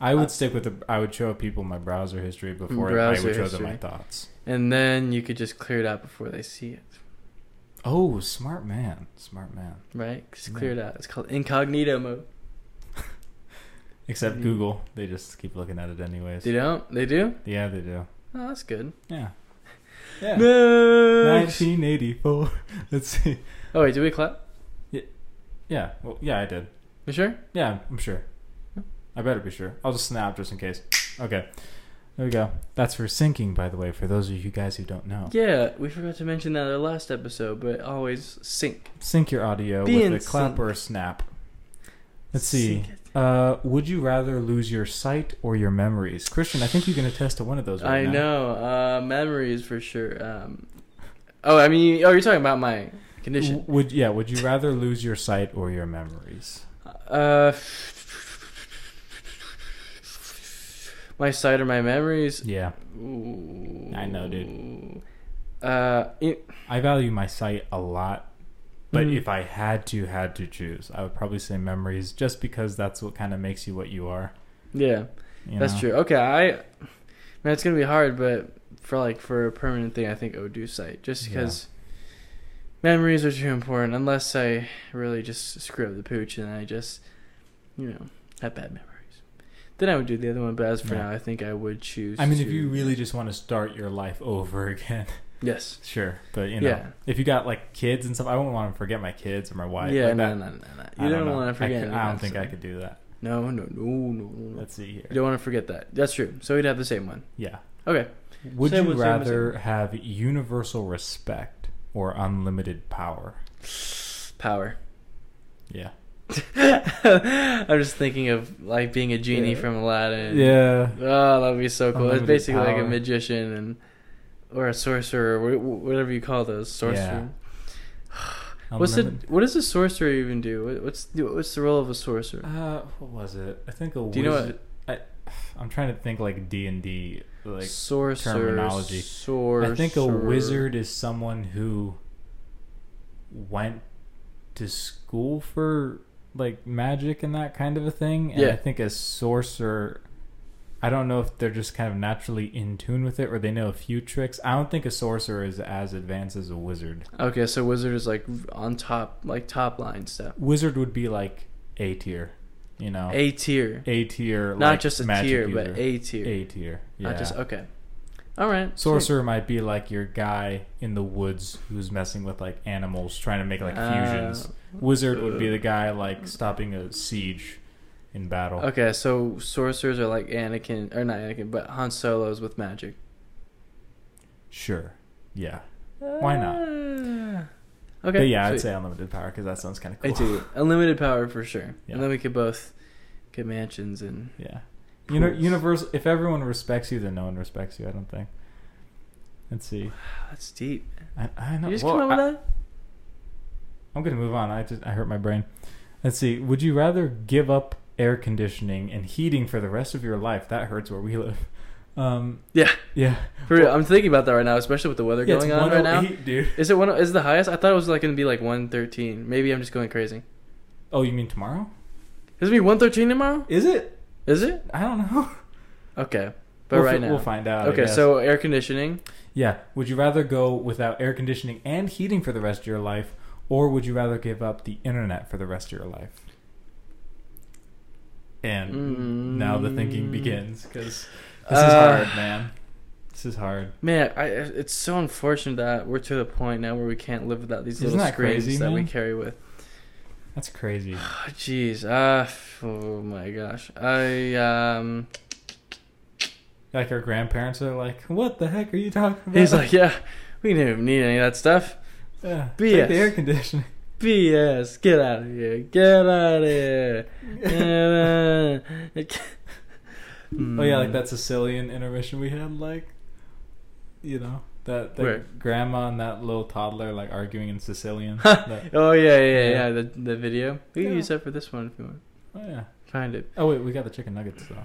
Speaker 1: I would stick with the, I would show people my browser history before I
Speaker 2: Uh, Browser
Speaker 1: would show them my
Speaker 2: history.
Speaker 1: thoughts.
Speaker 2: and then you could just clear it out before they see it,
Speaker 1: Oh, smart man. Smart man.
Speaker 2: right? Just clear it out. It's called incognito mode.
Speaker 1: Except
Speaker 2: Mhm.
Speaker 1: Google, they just keep looking at it anyways.
Speaker 2: They don't. They do.
Speaker 1: Yeah, they do.
Speaker 2: Oh, that's good.
Speaker 1: Yeah. Yeah.
Speaker 2: Next.
Speaker 1: 1984. Let's see.
Speaker 2: Oh wait, did we clap?
Speaker 1: Yeah. Well, yeah, I did.
Speaker 2: You sure?
Speaker 1: Yeah, I'm sure. I better be sure. I'll just snap just in case. Okay. There we go. That's for syncing, by the way, for those of you guys who don't know.
Speaker 2: Yeah, we forgot to mention that in our last episode, but always sync.
Speaker 1: Sync your audio
Speaker 2: Be in
Speaker 1: with a clap
Speaker 2: sync.
Speaker 1: or a snap. Let's see.
Speaker 2: Sync it.
Speaker 1: Uh, would you rather lose your sight or your memories? Christian, I think you can attest to one of those right
Speaker 2: I
Speaker 1: now.
Speaker 2: know. Uh, memories for sure. Um, oh, I mean, you- oh, you're talking about my
Speaker 1: W-
Speaker 2: condition.
Speaker 1: Would yeah, would you rather lose your sight or your memories?
Speaker 2: Uh, my sight or my memories.
Speaker 1: Yeah.
Speaker 2: Ooh.
Speaker 1: I know, dude.
Speaker 2: Uh, it-
Speaker 1: I value my sight a lot, but
Speaker 2: Mhm.
Speaker 1: if I had to had to choose, I would probably say memories, just because that's what kind of makes you what you are.
Speaker 2: yeah,
Speaker 1: you
Speaker 2: that's
Speaker 1: know?
Speaker 2: true. Okay, I. Man, it's gonna be hard, but for like for a permanent thing, I think I would do sight, just
Speaker 1: Yeah.
Speaker 2: because. Memories are too important, unless I really just screw up the pooch and I just, you know, have bad memories. Then I would do the other one, but as for
Speaker 1: Yeah.
Speaker 2: now, I think I would choose.
Speaker 1: I mean, if
Speaker 2: to-
Speaker 1: you really just want to start your life over again,
Speaker 2: Yes.
Speaker 1: sure. But you know,
Speaker 2: Yeah.
Speaker 1: if you got like kids and stuff, I wouldn't want to forget my kids or my wife.
Speaker 2: yeah,
Speaker 1: like
Speaker 2: no,
Speaker 1: that.
Speaker 2: no, no, no,
Speaker 1: I
Speaker 2: You don't,
Speaker 1: know.
Speaker 2: want to
Speaker 1: I,
Speaker 2: forget.
Speaker 1: could- I don't think I could do that.
Speaker 2: No, no, no, no, no, no.
Speaker 1: Let's see
Speaker 2: You
Speaker 1: here.
Speaker 2: don't want to forget that. That's true. So we'd have the same one.
Speaker 1: Yeah.
Speaker 2: Okay.
Speaker 1: Would
Speaker 2: Same
Speaker 1: you
Speaker 2: with- same with-
Speaker 1: rather have universal respect or unlimited power?
Speaker 2: Power.
Speaker 1: Yeah.
Speaker 2: I'm just thinking of like being a genie
Speaker 1: Yeah.
Speaker 2: from Aladdin.
Speaker 1: Yeah.
Speaker 2: Oh, that'd be so cool.
Speaker 1: Unlimited
Speaker 2: it's basically like a
Speaker 1: power.
Speaker 2: magician and or a sorcerer, or wh- whatever you call those sorcerer. What's the
Speaker 1: Unlimited-
Speaker 2: what does a sorcerer even do? What- What's the, what's the role of a sorcerer?
Speaker 1: Uh, what was it? I think a
Speaker 2: Do you know
Speaker 1: wizard. I, I'm trying to think like D and D. Like
Speaker 2: sorcerer
Speaker 1: terminology.
Speaker 2: Sorcerer.
Speaker 1: I think a wizard is someone who went to school for like magic and that kind of a thing. And I
Speaker 2: Yeah.
Speaker 1: think a sorcerer. I don't know if they're just kind of naturally in tune with it or they know a few tricks. I don't think a sorcerer is as advanced as a wizard.
Speaker 2: Okay, so wizard is like on top, like top line stuff.
Speaker 1: Wizard would be like A tier, you know.
Speaker 2: A tier,
Speaker 1: A tier,
Speaker 2: not
Speaker 1: Oh. like,
Speaker 2: just a
Speaker 1: magic
Speaker 2: tier, but
Speaker 1: user.
Speaker 2: A tier.
Speaker 1: A tier. Yeah.
Speaker 2: Not just okay. All right.
Speaker 1: Sorcerer might be like your guy in the woods who's messing with like animals, trying to make like fusions.
Speaker 2: Uh,
Speaker 1: Wizard would be the guy like stopping a siege in battle.
Speaker 2: Okay, so sorcerers are like Anakin, or not Anakin, but Han Solo's with magic.
Speaker 1: Sure. Yeah. Why not?
Speaker 2: Okay.
Speaker 1: But yeah, I'd
Speaker 2: Uh, sweet.
Speaker 1: say unlimited power because that sounds kind of
Speaker 2: I
Speaker 1: cool.
Speaker 2: do unlimited power for sure,
Speaker 1: Yeah.
Speaker 2: and then we could both get mansions and
Speaker 1: Yeah. You know,
Speaker 2: Cool.
Speaker 1: universe. If everyone respects you, then no one respects you. I don't think. Let's see.
Speaker 2: that's deep.
Speaker 1: I, I know.
Speaker 2: you just
Speaker 1: well,
Speaker 2: come up with
Speaker 1: I-
Speaker 2: that?
Speaker 1: I'm gonna move on. I just I hurt my brain. Let's see. Would you rather give up air conditioning and heating for the rest of your life? That hurts where we live. Um,
Speaker 2: Yeah,
Speaker 1: yeah,
Speaker 2: for real. I'm thinking about that right now, especially with the weather
Speaker 1: Yeah, it's
Speaker 2: going on right now.
Speaker 1: 108, dude.
Speaker 2: Is it one? Is it the highest? I thought it was like gonna be like 113. Maybe I'm just going crazy.
Speaker 1: Oh, you mean tomorrow?
Speaker 2: Is it gonna be 113 tomorrow?
Speaker 1: Is it?
Speaker 2: Is it?
Speaker 1: I don't know.
Speaker 2: Okay, but
Speaker 1: We'll fi-
Speaker 2: right now
Speaker 1: we'll find out. I
Speaker 2: Okay,
Speaker 1: guess.
Speaker 2: so air conditioning.
Speaker 1: yeah, would you rather go without air conditioning and heating for the rest of your life, or would you rather give up the internet for the rest of your life? And now the thinking
Speaker 2: Mm.
Speaker 1: begins because this
Speaker 2: Uh,
Speaker 1: is hard, man. This is hard.
Speaker 2: Man, I, it's so unfortunate that we're to the point now where we can't live without these
Speaker 1: Isn't
Speaker 2: little
Speaker 1: that
Speaker 2: screens
Speaker 1: crazy,
Speaker 2: that we
Speaker 1: man?
Speaker 2: carry with.
Speaker 1: That's crazy.
Speaker 2: Oh, Jeez, ah, oh my gosh, I um,
Speaker 1: Like our grandparents are like, "What the heck are you talking about?"
Speaker 2: he's like, yeah, we didn't even need any of that stuff.
Speaker 1: yeah, it's
Speaker 2: BS.
Speaker 1: like the air conditioning."
Speaker 2: BS, get out of here, get out of here. Mm.
Speaker 1: Oh yeah, like that Sicilian intermission we had, like, you know, That, that
Speaker 2: Right.
Speaker 1: grandma and that little toddler like arguing in Sicilian. That-
Speaker 2: Oh yeah, yeah, yeah.
Speaker 1: Yeah.
Speaker 2: the, the video. We can
Speaker 1: Yeah.
Speaker 2: use that for this one if you want.
Speaker 1: oh yeah.
Speaker 2: Find it.
Speaker 1: Oh wait, we got the chicken nuggets though.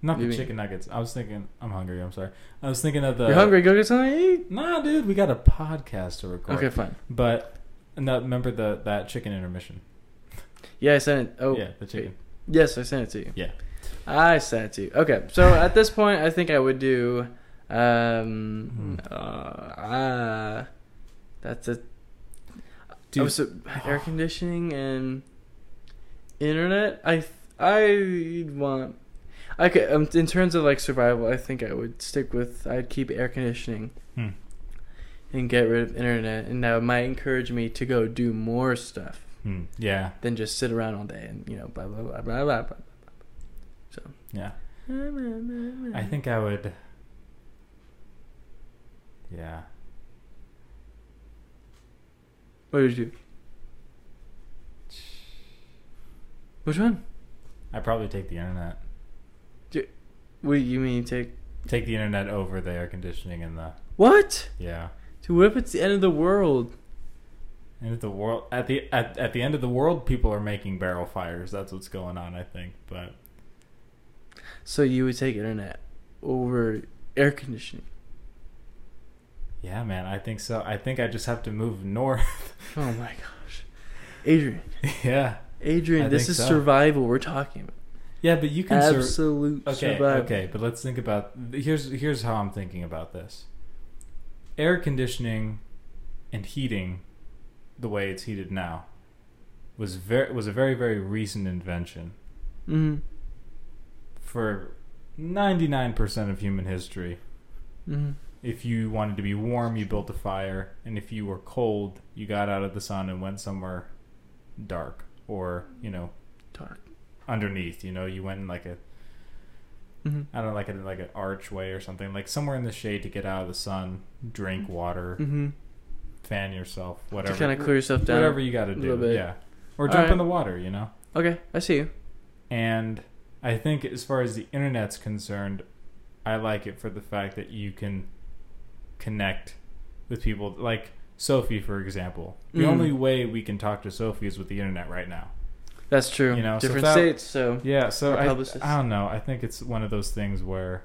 Speaker 1: Not
Speaker 2: What do you
Speaker 1: the
Speaker 2: mean?
Speaker 1: chicken nuggets. I was thinking. I'm hungry. I'm sorry. I was thinking of the.
Speaker 2: You're hungry? Go get something to eat.
Speaker 1: Nah, dude, we got a podcast to record.
Speaker 2: Okay, fine.
Speaker 1: But no, remember the that chicken intermission.
Speaker 2: Yeah, I sent it. Oh,
Speaker 1: yeah, the chicken.
Speaker 2: Yes, I sent it to you.
Speaker 1: Yeah.
Speaker 2: I sent it to you. Okay, so at this point, I think I would do. Um,
Speaker 1: Hmm.
Speaker 2: uh, uh, that's it.
Speaker 1: Dude.
Speaker 2: Oh, so air conditioning and internet. I th- I want. Okay, um, in terms of like survival, I think I would stick with. I'd keep air conditioning.
Speaker 1: Hmm.
Speaker 2: And get rid of internet, and that might encourage me to go do more stuff
Speaker 1: Hmm. Yeah,
Speaker 2: than just sit around all day and you know blah blah blah blah blah. blah. So
Speaker 1: yeah. I think I would. Yeah.
Speaker 2: What did you? do? Which one?
Speaker 1: I'd probably take the internet.
Speaker 2: What you mean you take?
Speaker 1: Take the internet over the air conditioning and the
Speaker 2: What?
Speaker 1: yeah.
Speaker 2: Dude, what if it's the end of the world?
Speaker 1: And at the world at the at, at the end of the world, people are making barrel fires. That's what's going on, I think. But
Speaker 2: So you would take internet over air conditioning?
Speaker 1: yeah, man, I think so. I think I just have to move north.
Speaker 2: Oh my gosh, Adrian,
Speaker 1: yeah, I
Speaker 2: Adrian, this
Speaker 1: think
Speaker 2: is
Speaker 1: so.
Speaker 2: survival we're talking about.
Speaker 1: yeah, but you can. sur-
Speaker 2: Absolute
Speaker 1: okay,
Speaker 2: survival.
Speaker 1: okay, but let's think about here's here's how I'm thinking about this. Air conditioning and heating, the way it's heated now, was very was a very very recent invention
Speaker 2: Mhm.
Speaker 1: for ninety nine percent of human history.
Speaker 2: Mhm.
Speaker 1: If you wanted to be warm, you built a fire, and if you were cold, you got out of the sun and went somewhere dark or you know
Speaker 2: Dark.
Speaker 1: underneath. You know, you went in like a
Speaker 2: Mhm.
Speaker 1: I don't know, like an like an archway or something, like somewhere in the shade to get out of the sun, drink water,
Speaker 2: Mhm.
Speaker 1: fan yourself,
Speaker 2: To
Speaker 1: whatever,
Speaker 2: kind of clear yourself down.
Speaker 1: whatever you got to
Speaker 2: a little
Speaker 1: do,
Speaker 2: bit.
Speaker 1: yeah, or
Speaker 2: All
Speaker 1: jump in
Speaker 2: right.
Speaker 1: the water, you know.
Speaker 2: Okay, I see you.
Speaker 1: And I think as far as the internet's concerned, I like it for the fact that you can connect with people, like Sophie, for example. The
Speaker 2: Mm.
Speaker 1: only way we can talk to Sophie is with the internet right now.
Speaker 2: That's true.
Speaker 1: You know, so
Speaker 2: different
Speaker 1: that-
Speaker 2: states. So
Speaker 1: Yeah, so
Speaker 2: Or
Speaker 1: I,
Speaker 2: publicists.
Speaker 1: I don't know. I think it's one of those things where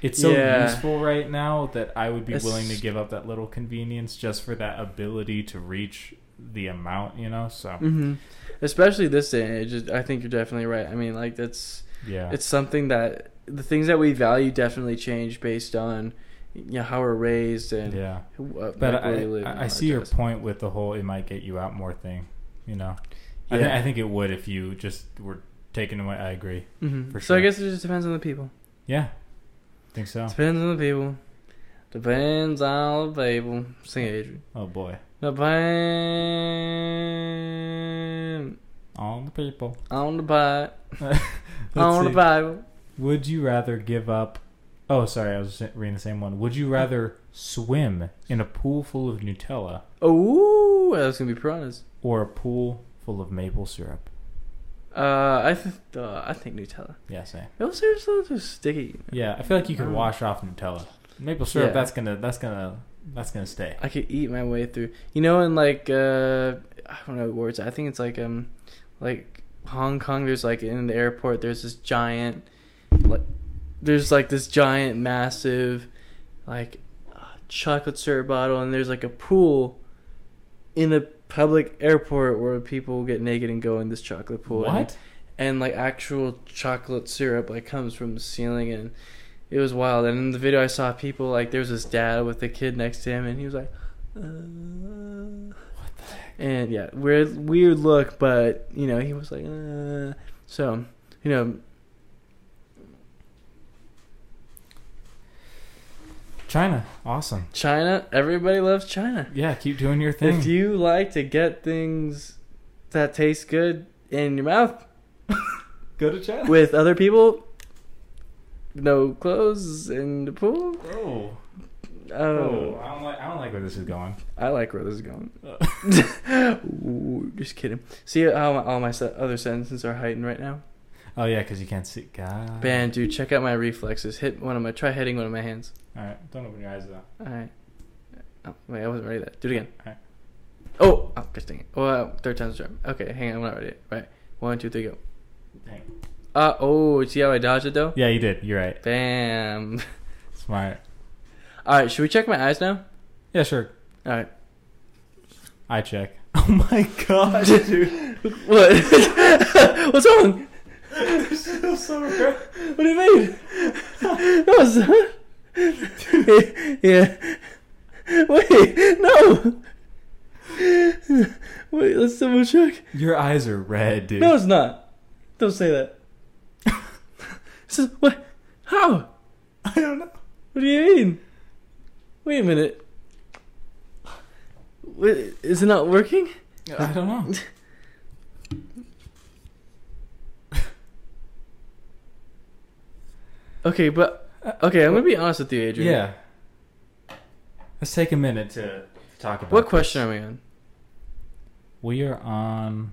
Speaker 1: it's so
Speaker 2: Yeah.
Speaker 1: useful right now that I would be
Speaker 2: It's-
Speaker 1: willing to give up that little convenience just for that ability to reach the amount, you know? So,
Speaker 2: hmm Especially this day and age, it- I think you're definitely right. I mean, like that's
Speaker 1: yeah.
Speaker 2: it's something that the things that we value definitely change based on you know how we're raised and
Speaker 1: yeah.
Speaker 2: who- uh,
Speaker 1: But
Speaker 2: like, where
Speaker 1: I,
Speaker 2: we live and
Speaker 1: I,
Speaker 2: all
Speaker 1: I
Speaker 2: that
Speaker 1: see your
Speaker 2: jazz.
Speaker 1: point with the whole it might get you out more thing, you know? I, th-
Speaker 2: Yeah.
Speaker 1: I think it would if you just were taken away. I agree.
Speaker 2: Mhm.
Speaker 1: for
Speaker 2: So I
Speaker 1: sure.
Speaker 2: guess it just depends on the people.
Speaker 1: Yeah. think so.
Speaker 2: Depends on the people. Depends on the people. Sing it, Adrian.
Speaker 1: Oh, boy.
Speaker 2: Depends
Speaker 1: On the people.
Speaker 2: on the Bible.
Speaker 1: Let's
Speaker 2: On the
Speaker 1: see.
Speaker 2: Bible.
Speaker 1: Would you rather give up? Oh, sorry, I was reading the same one. Would you rather swim in a pool full of Nutella
Speaker 2: Oh, that's gonna be piranhas.
Speaker 1: or a pool full of maple syrup?
Speaker 2: Uh, I think uh, I think Nutella.
Speaker 1: Yeah, same.
Speaker 2: Maple syrup's a little too sticky.
Speaker 1: Yeah, I feel like you could
Speaker 2: Mm.
Speaker 1: wash off Nutella. Maple syrup,
Speaker 2: Yeah.
Speaker 1: that's gonna, that's gonna, that's gonna stay.
Speaker 2: I could eat my way through. You know, in like uh, I don't know words. I think it's like um, like Hong Kong. There's like in the airport. There's this giant, like, there's like this giant massive, like, uh, chocolate syrup bottle, and there's like a pool, in a public airport where people get naked and go in this chocolate pool. And,
Speaker 1: What?
Speaker 2: and like actual chocolate syrup like comes from the ceiling and it was wild and in the video i saw people like there was this dad with the kid next to him and he was like uh, what the heck? and yeah weird weird look but you know he was like uh. so you know
Speaker 1: China, awesome.
Speaker 2: china everybody loves china
Speaker 1: Yeah, keep doing your thing.
Speaker 2: if you like to get things that taste good in your mouth
Speaker 1: go to China.
Speaker 2: with other people no clothes in the pool
Speaker 1: oh,
Speaker 2: oh
Speaker 1: oh, I don't like, I don't like where this is going.
Speaker 2: I like where this is going.
Speaker 1: Uh.
Speaker 2: Ooh, just kidding. See how my, all my se- other sentences are heightened right now?
Speaker 1: Oh yeah, because you can't see. God.
Speaker 2: Man, dude, check out my reflexes. Hit one of my try hitting one of my hands.
Speaker 1: All right, don't open your eyes though.
Speaker 2: All right. Oh, wait, I wasn't ready. That do it again.
Speaker 1: All right.
Speaker 2: Oh, oh, gosh dang it. Well, third time's the charm. Okay, hang on, I'm not ready. yet. Right, one, two, three, go.
Speaker 1: Dang.
Speaker 2: Uh oh, see how I dodged it though?
Speaker 1: Yeah, you did. You're right.
Speaker 2: Bam.
Speaker 1: Smart.
Speaker 2: All right, should we check my eyes now?
Speaker 1: Yeah, sure.
Speaker 2: All right.
Speaker 1: I check. Oh my god, dude.
Speaker 2: What? What's wrong?
Speaker 1: so sorry.
Speaker 2: What do you mean? That was. yeah. Wait, no. Wait, let's double check.
Speaker 1: Your eyes are red, dude.
Speaker 2: No, it's not. Don't say that. this is, what? How?
Speaker 1: I don't know.
Speaker 2: What do you mean? Wait a minute. Wait, is it not working?
Speaker 1: I don't know.
Speaker 2: Okay, but okay, I'm gonna be honest with you, Adrian.
Speaker 1: Yeah. Let's take a minute to talk about
Speaker 2: What
Speaker 1: this.
Speaker 2: question are we on?
Speaker 1: We are on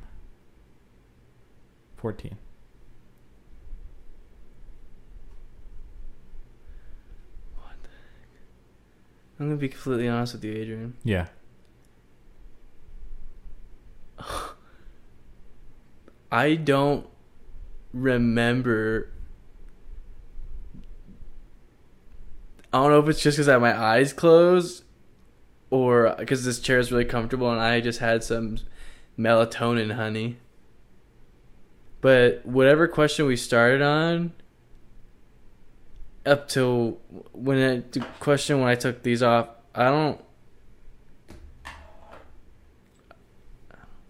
Speaker 1: 14.
Speaker 2: I'm gonna be completely honest with you, Adrian.
Speaker 1: Yeah.
Speaker 2: I don't remember. I don't know if it's just because I had my eyes closed, or because this chair is really comfortable and I just had some melatonin, honey. But whatever question we started on, up till when I, the question when I took these off, I don't.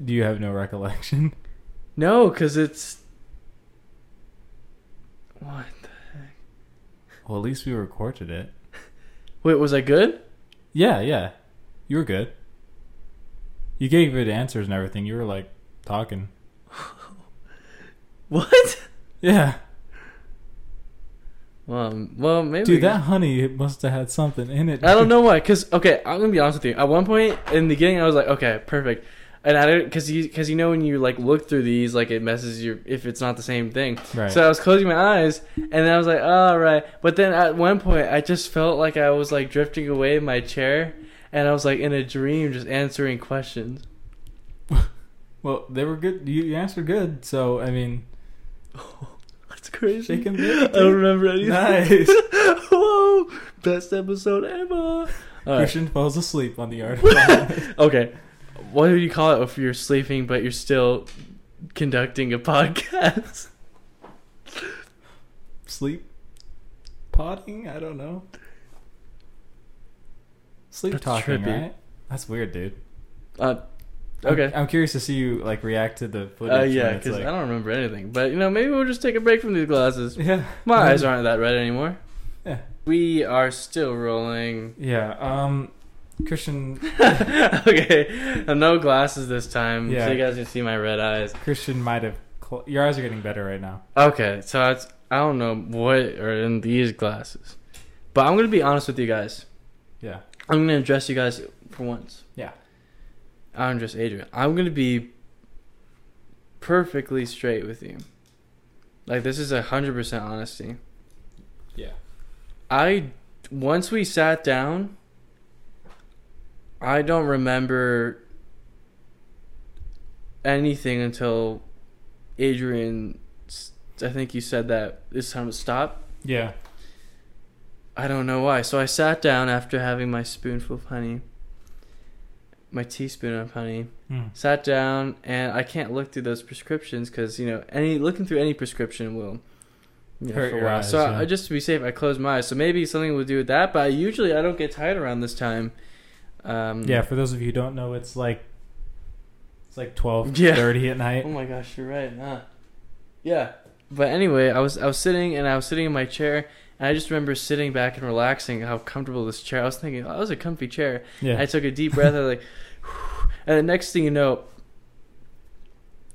Speaker 1: Do you have no recollection?
Speaker 2: No, because it's. What? The...
Speaker 1: Well, at least we recorded it.
Speaker 2: Wait, was I good?
Speaker 1: Yeah, yeah. You were good. You gave it answers and everything. You were like talking.
Speaker 2: What?
Speaker 1: Yeah.
Speaker 2: Um, well, maybe.
Speaker 1: Dude, that honey must have had something in it.
Speaker 2: I don't know why. Because, okay, I'm going to be honest with you. At one point in the beginning, I was like, okay, perfect. And I didn't, because you, cause you know, when you like look through these, like it messes you if it's not the same thing.
Speaker 1: Right.
Speaker 2: So I was closing my eyes, and then I was like, all right. But then at one point, I just felt like I was like drifting away in my chair, and I was like in a dream just answering questions.
Speaker 1: Well, they were good. You you answered good. So, I mean,
Speaker 2: That's crazy.
Speaker 1: Shaking
Speaker 2: I
Speaker 1: bit,
Speaker 2: don't remember anything.
Speaker 1: nice.
Speaker 2: Whoa! Best episode ever. All right.
Speaker 1: Christian falls asleep on the yard. of the
Speaker 2: Okay. What do you call it if you're sleeping but you're still conducting a podcast?
Speaker 1: Sleep potting? I don't know. Sleep
Speaker 2: That's
Speaker 1: talking,
Speaker 2: trippy.
Speaker 1: right? That's weird, dude.
Speaker 2: Uh,
Speaker 1: I'm-
Speaker 2: okay.
Speaker 1: I'm, curious to see you like react to the footage.
Speaker 2: Uh,
Speaker 1: when
Speaker 2: yeah,
Speaker 1: it's
Speaker 2: because
Speaker 1: like-
Speaker 2: I don't remember anything. But, you know, maybe we'll just take a break from these glasses.
Speaker 1: Yeah.
Speaker 2: My eyes aren't that red anymore.
Speaker 1: Yeah.
Speaker 2: We are still rolling.
Speaker 1: Yeah. Um, Christian
Speaker 2: okay. No glasses this time.
Speaker 1: Yeah.
Speaker 2: So you guys can see my red eyes.
Speaker 1: Christian might have. Cl- Your eyes are getting better right now.
Speaker 2: Okay, so it's I don't know what are in these glasses, but I'm gonna be honest with you guys.
Speaker 1: Yeah.
Speaker 2: I'm gonna address you guys for once.
Speaker 1: Yeah.
Speaker 2: I'm just Adrian. I'm gonna be perfectly straight with you. Like this is a hundred percent honesty.
Speaker 1: Yeah.
Speaker 2: I once we sat down, I don't remember anything until Adrian. s- I think you said that this time to stop.
Speaker 1: Yeah.
Speaker 2: I don't know why. So I sat down after having my spoonful of honey, my teaspoon of honey.
Speaker 1: Mm.
Speaker 2: Sat down and I can't look through those prescriptions because you know any looking through any prescription will you know,
Speaker 1: Hurt
Speaker 2: for a
Speaker 1: your
Speaker 2: while.
Speaker 1: eyes,
Speaker 2: so
Speaker 1: yeah.
Speaker 2: I, just to be safe, I closed my eyes. So maybe something will do with that. But I, usually I don't get tired around this time. Um,
Speaker 1: Yeah. For those of you who don't know, it's like it's like twelve
Speaker 2: Yeah.
Speaker 1: thirty at
Speaker 2: Oh
Speaker 1: night.
Speaker 2: my gosh, you're right, huh? Yeah. But anyway, I was I was sitting and I was sitting in my chair and I just remember sitting back and relaxing how comfortable this chair. I was thinking, oh, that was a comfy chair.
Speaker 1: Yeah.
Speaker 2: I took a deep breath. I was like, and the next thing you know,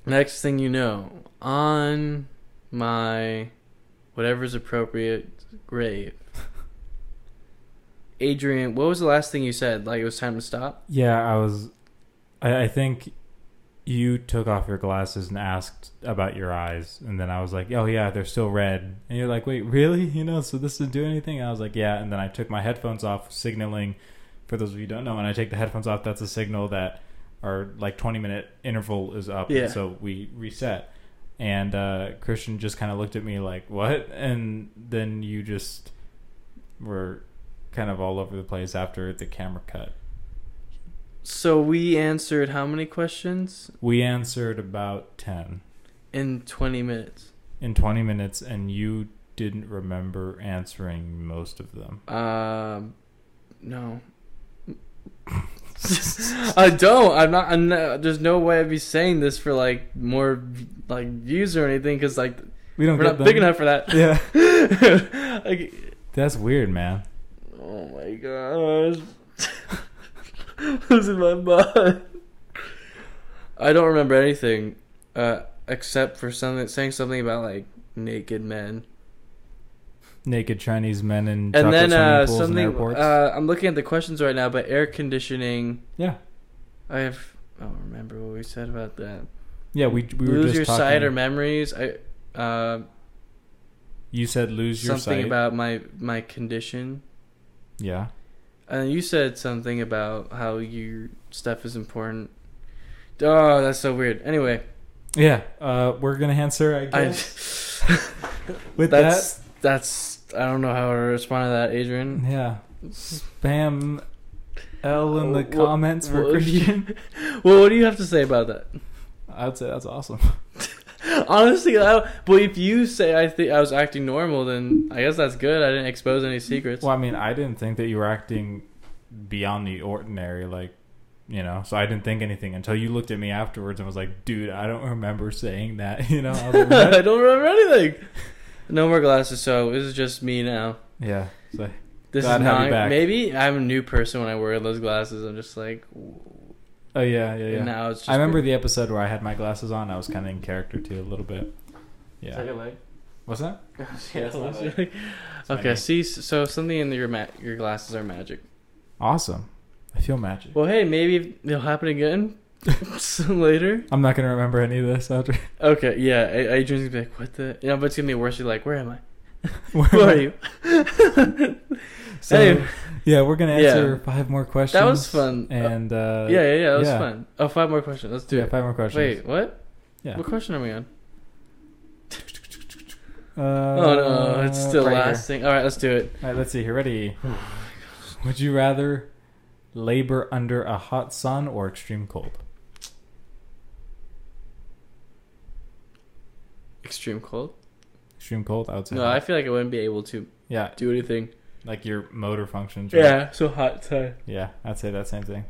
Speaker 2: next thing you know, on my whatever's appropriate grave, Adrian, what was the last thing you said? Like it was time to stop.
Speaker 1: Yeah. I was. I, I think you took off your glasses and asked about your eyes, and then I was like, "Oh yeah, they're still red." And you're like, "Wait, really? You know, so this didn't do anything?" I was like, "Yeah." And then I took my headphones off, signaling. For those of you who don't know, when I take the headphones off, that's a signal that our like 20 minute interval is up.
Speaker 2: Yeah.
Speaker 1: So we reset. And uh, Christian just kind of looked at me like, "What?" And then you just were kind of all over the place after the camera cut.
Speaker 2: So we answered how many questions
Speaker 1: We answered about 10
Speaker 2: in 20 minutes?
Speaker 1: in 20 minutes, and you didn't remember answering most of them.
Speaker 2: Um, no. I don't. I'm not. I'm not. There's no way I'd be saying this for like more like views or anything because like
Speaker 1: We don't
Speaker 2: we're
Speaker 1: get
Speaker 2: not
Speaker 1: them.
Speaker 2: big enough for that.
Speaker 1: Yeah.
Speaker 2: like,
Speaker 1: That's weird, man.
Speaker 2: oh my gosh, losing my mind. I don't remember anything, uh, except for something saying something about like naked men.
Speaker 1: Naked Chinese men in
Speaker 2: and
Speaker 1: chocolate
Speaker 2: then
Speaker 1: swimming
Speaker 2: uh,
Speaker 1: pools and
Speaker 2: something.
Speaker 1: airports.
Speaker 2: Uh, I'm looking at the questions right now, but air conditioning.
Speaker 1: yeah.
Speaker 2: I have. I don't remember what we said about that.
Speaker 1: Yeah, we, we were
Speaker 2: Lose
Speaker 1: just
Speaker 2: your
Speaker 1: talking.
Speaker 2: sight or memories. I. Uh,
Speaker 1: you said lose your
Speaker 2: something
Speaker 1: sight.
Speaker 2: about my my condition.
Speaker 1: yeah.
Speaker 2: And you said something about how your stuff is important. Oh, that's so weird. Anyway,
Speaker 1: Yeah. Uh, we're going to answer, I
Speaker 2: I.
Speaker 1: guess. With
Speaker 2: that's that's. I don't know how to respond to that, Adrian.
Speaker 1: that, yeah. Spam L in the
Speaker 2: Wha-
Speaker 1: comments for
Speaker 2: Uh, what do you-
Speaker 1: Christian.
Speaker 2: Well, what do you have to say about that?
Speaker 1: I'd say that's awesome.
Speaker 2: Honestly, I don't, but if you say I think I was acting normal, then I guess that's good. I didn't expose any secrets.
Speaker 1: Well, I mean, I didn't think that you were acting beyond the ordinary, like, you know, so I didn't think anything until you looked at me afterwards and was like, dude, I don't remember saying that, you know? I was like,
Speaker 2: I
Speaker 1: "What?"
Speaker 2: don't remember anything. No more glasses, so this is just me now.
Speaker 1: yeah. So,
Speaker 2: This
Speaker 1: Glad
Speaker 2: is
Speaker 1: to have you
Speaker 2: not.
Speaker 1: back.
Speaker 2: Maybe I'm a new person when I wear those glasses. I'm just like, w-
Speaker 1: oh, yeah, yeah, yeah.
Speaker 2: and now it's just.
Speaker 1: I remember the episode where I had my glasses on. I was kind of in character, too, a little bit. Yeah. What's that?
Speaker 2: okay, see, s- so something in your ma- your glasses are magic.
Speaker 1: Awesome. I feel magic.
Speaker 2: Well, hey, maybe it'll happen again some later.
Speaker 1: I'm not going to remember any of this after.
Speaker 2: Okay, yeah, A- Adrian's gonna be like, what the? You know, but it's gonna be worse. You're like, where am I?
Speaker 1: Where
Speaker 2: Who
Speaker 1: am I?
Speaker 2: are you?
Speaker 1: So,
Speaker 2: Anyway.
Speaker 1: yeah, we're going to
Speaker 2: Yeah.
Speaker 1: answer five more questions.
Speaker 2: fun. Uh,
Speaker 1: And, uh,
Speaker 2: yeah, yeah, yeah. That was
Speaker 1: yeah.
Speaker 2: fun. Oh, five more questions. Let's do
Speaker 1: yeah,
Speaker 2: it.
Speaker 1: five more questions.
Speaker 2: Wait, what?
Speaker 1: Yeah.
Speaker 2: What question are we on?
Speaker 1: Uh,
Speaker 2: oh no, it's still
Speaker 1: right here.
Speaker 2: lasting. All right, let's do it.
Speaker 1: Uh, All right, let's see here. Ready? Would you rather labor under a hot sun or extreme cold?
Speaker 2: Extreme cold.
Speaker 1: Extreme cold, I would say.
Speaker 2: No, I
Speaker 1: hot.
Speaker 2: feel like I wouldn't be able to
Speaker 1: yeah,
Speaker 2: do anything.
Speaker 1: like your motor functions. right?
Speaker 2: Yeah, so hot time.
Speaker 1: yeah, I'd say that same thing.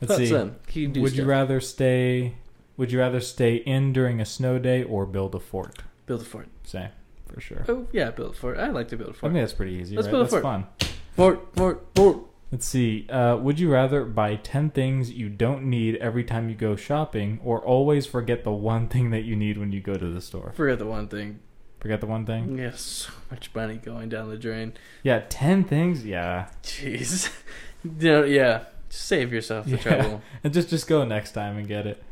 Speaker 1: Let's see.
Speaker 2: Can do
Speaker 1: Would you
Speaker 2: rather
Speaker 1: rather stay? Would you rather stay in during a snow day or build a fort?
Speaker 2: build a fort?
Speaker 1: Same for sure.
Speaker 2: Oh yeah, build a fort. I like to build a
Speaker 1: I
Speaker 2: fort.
Speaker 1: think that's pretty easy.
Speaker 2: Let's
Speaker 1: right?
Speaker 2: build a
Speaker 1: that's
Speaker 2: fort.
Speaker 1: fun.
Speaker 2: Fort, fort, fort.
Speaker 1: Let's see. Uh, would you rather buy 10 things you don't need every time you go shopping or always forget the one thing that you need when you go to the store?
Speaker 2: Forget the one thing.
Speaker 1: Forget the one thing?
Speaker 2: We have so much money going down the drain.
Speaker 1: Yeah, 10 things? Yeah.
Speaker 2: Jeez. no, yeah. Just save yourself the
Speaker 1: Yeah.
Speaker 2: trouble.
Speaker 1: And just just go next time and get it.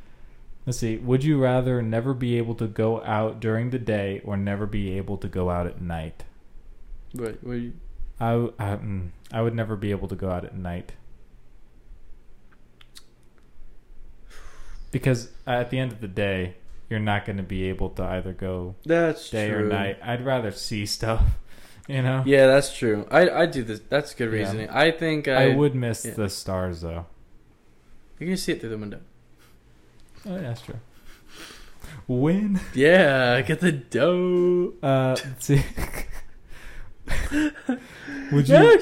Speaker 1: Let's see. Would you rather never be able to go out during the day or never be able to go out at night?
Speaker 2: But what you-
Speaker 1: I w- I, mm, I would never be able to go out at night. Because at the end of the day, you're not going to be able to either go
Speaker 2: that's
Speaker 1: day
Speaker 2: true.
Speaker 1: or night. I'd rather see stuff, you know.
Speaker 2: Yeah, that's true. I I do this. That's good
Speaker 1: Yeah.
Speaker 2: reasoning. I think I,
Speaker 1: I would miss
Speaker 2: yeah.
Speaker 1: the stars though.
Speaker 2: You can see it through the window.
Speaker 1: Oh, yeah, that's true. When
Speaker 2: Yeah, get the dough.
Speaker 1: uh, let's see. would you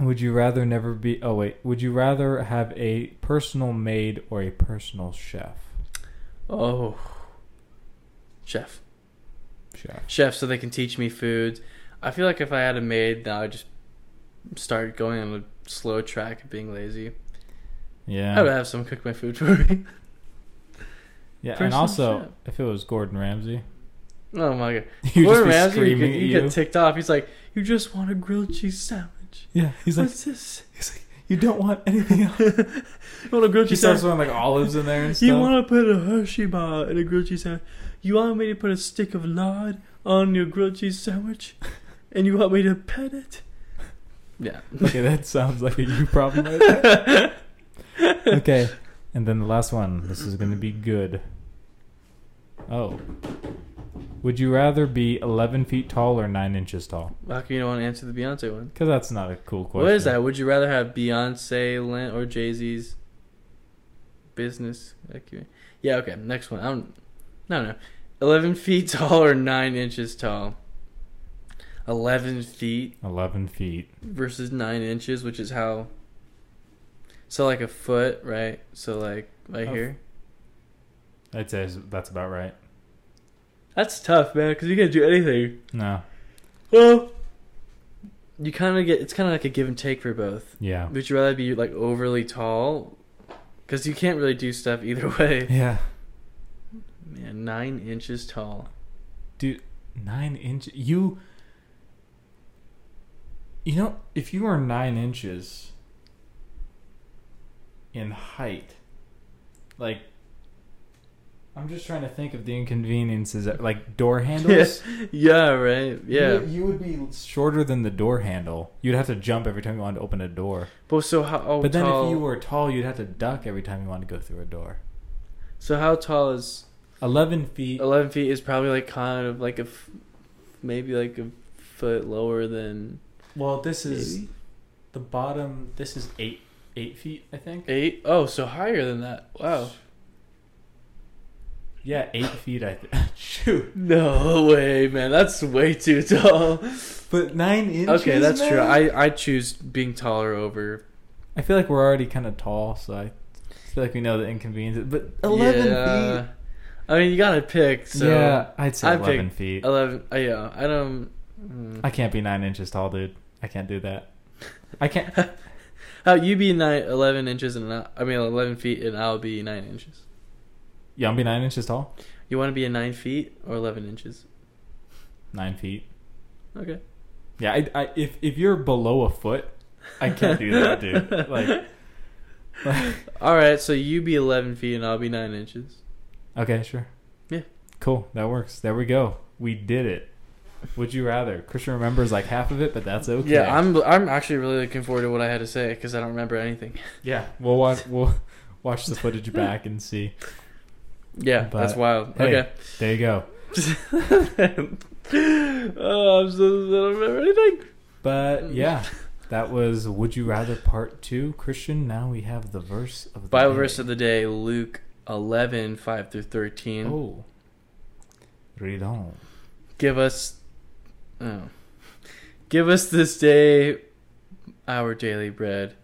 Speaker 1: would you rather never be? Oh wait, would you rather have a personal maid or a personal chef?
Speaker 2: Oh, chef,
Speaker 1: Chef.
Speaker 2: chef, so they can teach me food. I feel like if I had a maid, now I just start going on a slow track of being lazy. I would
Speaker 1: Yeah.
Speaker 2: have someone cook my food for me.
Speaker 1: Yeah, and
Speaker 2: personal
Speaker 1: also
Speaker 2: chef.
Speaker 1: if it was Gordon Ramsay,
Speaker 2: Oh my god,
Speaker 1: you'd just
Speaker 2: Gordon
Speaker 1: be
Speaker 2: Ramsay, you
Speaker 1: screaming
Speaker 2: get,
Speaker 1: at
Speaker 2: you
Speaker 1: you.
Speaker 2: get ticked off. He's like, "You just want a grilled cheese sandwich?
Speaker 1: yeah, he's like,
Speaker 2: What's this?
Speaker 1: he's like, You don't want anything else.
Speaker 2: You want a grilled
Speaker 1: She
Speaker 2: cheese
Speaker 1: starts
Speaker 2: sandwich?
Speaker 1: throwing like olives in there and stuff.
Speaker 2: You want to put a Hershey bar in a grilled cheese sandwich? You want me to put a stick of lard on your grilled cheese sandwich? And you want me to pet it? Yeah.
Speaker 1: okay, that sounds like a you problem right there. okay, and then the last one. This is going to be good. Oh. Would you rather be 11 feet tall or 9 inches tall?
Speaker 2: How come you don't want to answer the Beyonce one?
Speaker 1: Because that's not a cool question.
Speaker 2: What is that? Would you rather have Beyonce Lent or Jay Z's business acumen? Yeah, okay. Next one. I don't. No, no. Eleven feet tall or nine inches tall. Eleven feet
Speaker 1: 11 feet.
Speaker 2: versus nine inches, which is how. So like a foot, right? So like right
Speaker 1: Oh.
Speaker 2: here.
Speaker 1: I'd say that's about right.
Speaker 2: That's tough, man. Because you can't do anything.
Speaker 1: No.
Speaker 2: Well, you kind of get. It's kind of like a give and take for both.
Speaker 1: Yeah.
Speaker 2: Would you rather be like overly tall? Because you can't really do stuff either way.
Speaker 1: Yeah.
Speaker 2: Man, nine inches tall.
Speaker 1: Dude, 9 inches. You. You know, if you are 9 inches in height, like. I'm just trying to think of the inconveniences, that- like door handles.
Speaker 2: Yeah, right. Yeah.
Speaker 1: You, you would be shorter than the door handle. You'd have to jump every time you wanted to open a door.
Speaker 2: But so how oh,
Speaker 1: But then
Speaker 2: tall?
Speaker 1: if you were tall, you'd have to duck every time you wanted to go through a door.
Speaker 2: so how tall is
Speaker 1: 11 feet.
Speaker 2: eleven feet? Is probably like kind of like a f- maybe like a foot lower than
Speaker 1: Well, this is
Speaker 2: Maybe.
Speaker 1: the bottom. This is eight eight feet, I think.
Speaker 2: eight. Oh, so higher than that. Wow.
Speaker 1: Yeah, eight feet. I th- shoot,
Speaker 2: No way, man. That's way too tall.
Speaker 1: but nine inches.
Speaker 2: Okay, that's true.
Speaker 1: man?
Speaker 2: I I choose being taller over.
Speaker 1: I feel like we're already kind of tall, so I feel like we know the inconvenience. But eleven feet.
Speaker 2: I mean, you gotta pick. So
Speaker 1: yeah, I'd say
Speaker 2: I
Speaker 1: eleven
Speaker 2: pick
Speaker 1: feet.
Speaker 2: 11 uh, yeah i don't mm.
Speaker 1: I can't be nine inches tall, dude. I can't do that. I can't.
Speaker 2: How you be nine, 11 inches and I, I mean 11 feet and i'll be 9 inches
Speaker 1: Yeah, I'm be nine inches tall.
Speaker 2: you want to be a 9 feet or 11 inches
Speaker 1: Nine feet.
Speaker 2: okay
Speaker 1: Yeah, I, I, if if you're below a foot, I can't do that, dude. Like, like,
Speaker 2: all right so you be 11 feet and i'll be 9 inches
Speaker 1: okay, sure.
Speaker 2: Yeah.
Speaker 1: Cool. That works. There we go. We did it. Would you rather? Christian remembers like half of it, but that's okay.
Speaker 2: yeah i'm i'm actually really looking forward to what i had to say because i don't remember anything
Speaker 1: Yeah, we'll watch. We'll watch the footage back and see.
Speaker 2: yeah
Speaker 1: But-
Speaker 2: that's wild
Speaker 1: Hey, There you go.
Speaker 2: okay oh i'm so i don't remember anything Um,
Speaker 1: But yeah, that was "Would You Rather" part two. Christian, now we have the verse of the
Speaker 2: bible
Speaker 1: day.
Speaker 2: verse of the day luke 11 5 through 13
Speaker 1: Oh, read on.
Speaker 2: give us oh, give us this day our daily bread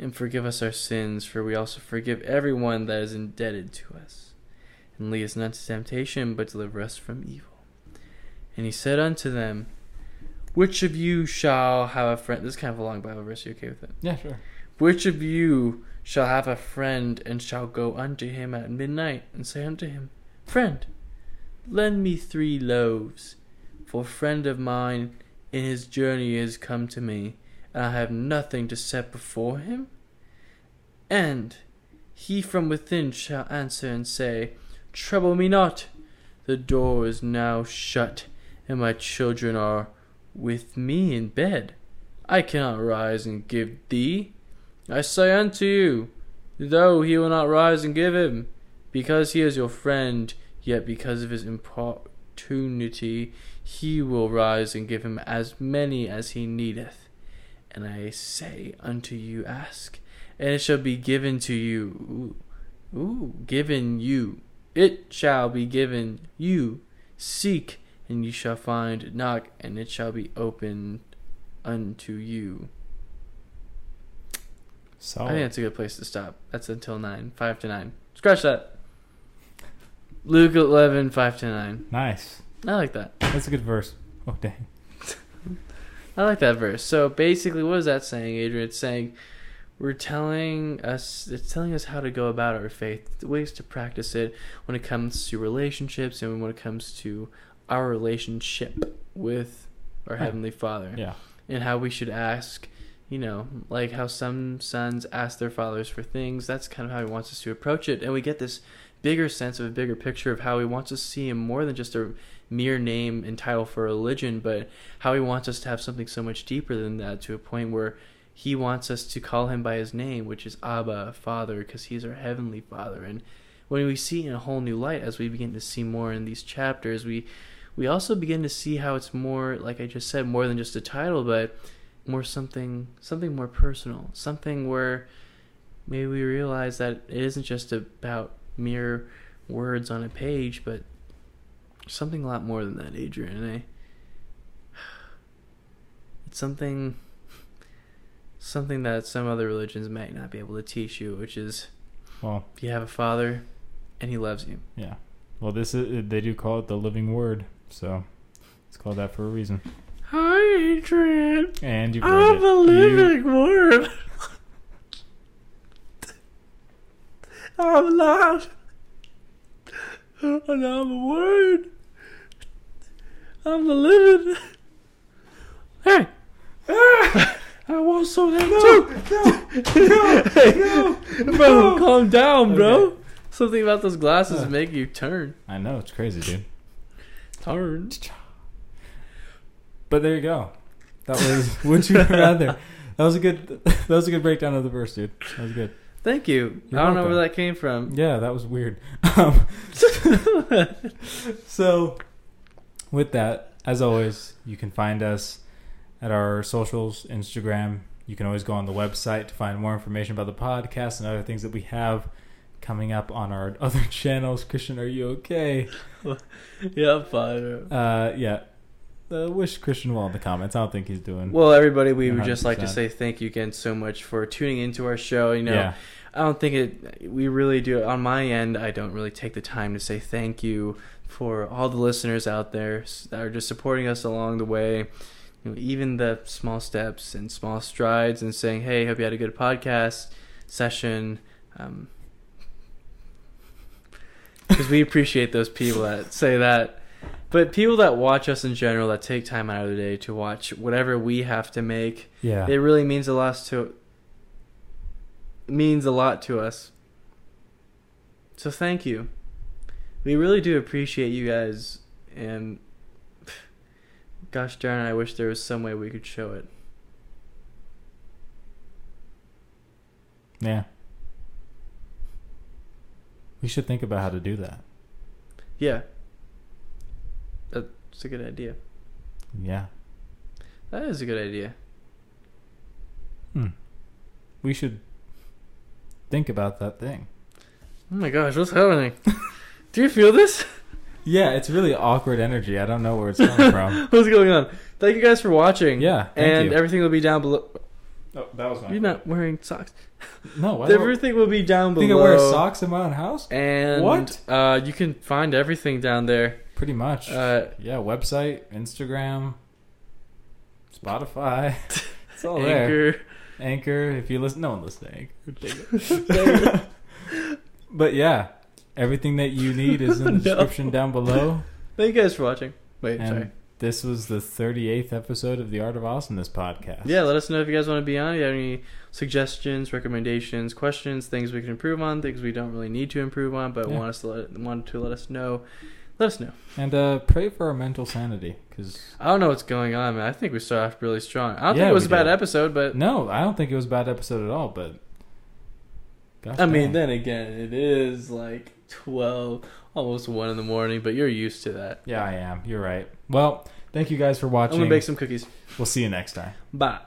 Speaker 2: and forgive us our sins for we also forgive everyone that is indebted to us and lead us not into temptation but deliver us from evil and he said unto them which of you shall have a friend this is kind of a long bible verse you okay with it
Speaker 1: Yeah, sure.
Speaker 2: which of you shall have a friend and shall go unto him at midnight and say unto him, Friend, lend me three loaves, for a friend of mine in his journey is come to me, and I have nothing to set before him? And he from within shall answer and say, Trouble me not, the door is now shut, and my children are with me in bed. I cannot rise and give thee. I say unto you, though he will not rise and give him, because he is your friend, yet because of his importunity, he will rise and give him as many as he needeth. And I say unto you, ask, and it shall be given to you. Ooh, ooh given you. It shall be given you. Seek, and ye shall find. Knock, and it shall be opened unto you. I think
Speaker 1: Solid.
Speaker 2: that's a good place to stop. That's until nine, five to nine. Scratch that. Luke 11, 5 to 9.
Speaker 1: Nice.
Speaker 2: I like that.
Speaker 1: That's a good verse. Oh dang.
Speaker 2: I like that verse. So basically, what is that saying, Adrian? It's saying we're telling us, it's telling us how to go about our faith, the ways to practice it when it comes to relationships and when it comes to our relationship with our
Speaker 1: Yeah.
Speaker 2: Heavenly Father
Speaker 1: Yeah.
Speaker 2: and how we should ask you know, like how some sons ask their fathers for things. That's kind of how he wants us to approach it. And we get this bigger sense of a bigger picture of how he wants us to see him more than just a mere name and title for religion, but how he wants us to have something so much deeper than that to a point where he wants us to call him by his name, which is Abba, Father, because he's our heavenly Father. And when we see in a whole new light, as we begin to see more in these chapters, we we also begin to see how it's more, like I just said, more than just a title, but more something something more personal, something where maybe we realize that it isn't just about mere words on a page, but something a lot more than that, Adrian. And I, it's something something that some other religions might not be able to teach you, which is
Speaker 1: Well,
Speaker 2: if you have a father and he loves you.
Speaker 1: yeah. Well, this is they do call it the living word, so it's called that for a reason.
Speaker 2: Hi, Adrian.
Speaker 1: And you've heard
Speaker 2: I'm
Speaker 1: it.
Speaker 2: a
Speaker 1: You-
Speaker 2: living word. I'm loud. And I'm a word. I'm the living. Hey! Ah! I want some of that too! No! No! bro, calm down, bro!
Speaker 1: Okay.
Speaker 2: Something about those glasses
Speaker 1: Uh.
Speaker 2: make you turn.
Speaker 1: I know it's crazy, dude.
Speaker 2: Turn.
Speaker 1: But there you go. That was would you rather. That was a good. That was a good breakdown of the verse, dude. That was good.
Speaker 2: Thank you.
Speaker 1: You're
Speaker 2: I don't know
Speaker 1: welcome.
Speaker 2: where that came from.
Speaker 1: Yeah, that was weird. Um, so, with that, as always, you can find us at our socials, Instagram. You can always go on the website to find more information about the podcast and other things that we have coming up on our other channels. Christian, are you okay?
Speaker 2: yeah, I'm fine. bro.
Speaker 1: Uh, yeah. Uh, wish Christian well in the comments. I don't think he's doing.
Speaker 2: Well, everybody, we would just like to
Speaker 1: 100%.
Speaker 2: say thank you again so much for tuning into our show. You know,
Speaker 1: Yeah.
Speaker 2: I don't think it. We really do. On my end, I don't really take the time to say thank you for all the listeners out there s- that are just supporting us along the way. You know, even the small steps and small strides, and saying, "Hey, hope you had a good podcast session." Um, because we appreciate those people that say that. But people that watch us in general, that take time out of their day to watch whatever we have to make,
Speaker 1: Yeah.
Speaker 2: it really means a lot to means a lot to us. So thank you. We really do appreciate you guys, and gosh darn, I wish there was some way we could show it.
Speaker 1: yeah. We should think about how to do that.
Speaker 2: Yeah, that's a good idea.
Speaker 1: Yeah.
Speaker 2: That is a good idea.
Speaker 1: We should think about that thing.
Speaker 2: Oh my gosh, what's happening? do you feel this?
Speaker 1: Yeah, it's really awkward energy. I don't know where it's coming from.
Speaker 2: What's going on? Thank you guys for watching.
Speaker 1: Yeah, thank
Speaker 2: and
Speaker 1: you.
Speaker 2: everything will be down below.
Speaker 1: Oh, that was my.
Speaker 2: You're not wearing socks.
Speaker 1: No, why do I
Speaker 2: Everything will be down below.
Speaker 1: think I wear socks in my own house?
Speaker 2: And
Speaker 1: What?
Speaker 2: Uh, you can find everything down there.
Speaker 1: Pretty much.
Speaker 2: Uh,
Speaker 1: yeah, website, Instagram, Spotify. It's all Oh, there.
Speaker 2: Anchor.
Speaker 1: Anchor. If you listen, no one listens to Anchor. but yeah, everything that you need is in the
Speaker 2: No.
Speaker 1: description down below.
Speaker 2: Thank you guys for watching. Wait,
Speaker 1: And
Speaker 2: sorry.
Speaker 1: this was the 38th episode of the Art of Awesomeness podcast.
Speaker 2: Yeah, let us know if you guys want to be on. If you have any suggestions, recommendations, questions, things we can improve on, things we don't really need to improve on, but
Speaker 1: Yeah.
Speaker 2: want us to let, want to let us know. Let us know.
Speaker 1: And uh, pray for our mental sanity, because
Speaker 2: I don't know what's going on, man. I think we started off really strong. I don't
Speaker 1: Yeah,
Speaker 2: think it was a
Speaker 1: we
Speaker 2: bad
Speaker 1: did.
Speaker 2: episode, but
Speaker 1: No, I don't think it was a bad episode at all, but gosh
Speaker 2: I mean,
Speaker 1: dang.
Speaker 2: then again, it is like 12, almost 1 in the morning, but you're used to that.
Speaker 1: Yeah, I am. You're right. Well, thank you guys for
Speaker 2: I'm
Speaker 1: watching.
Speaker 2: going to bake some cookies.
Speaker 1: we'll see you next time.
Speaker 2: Bye.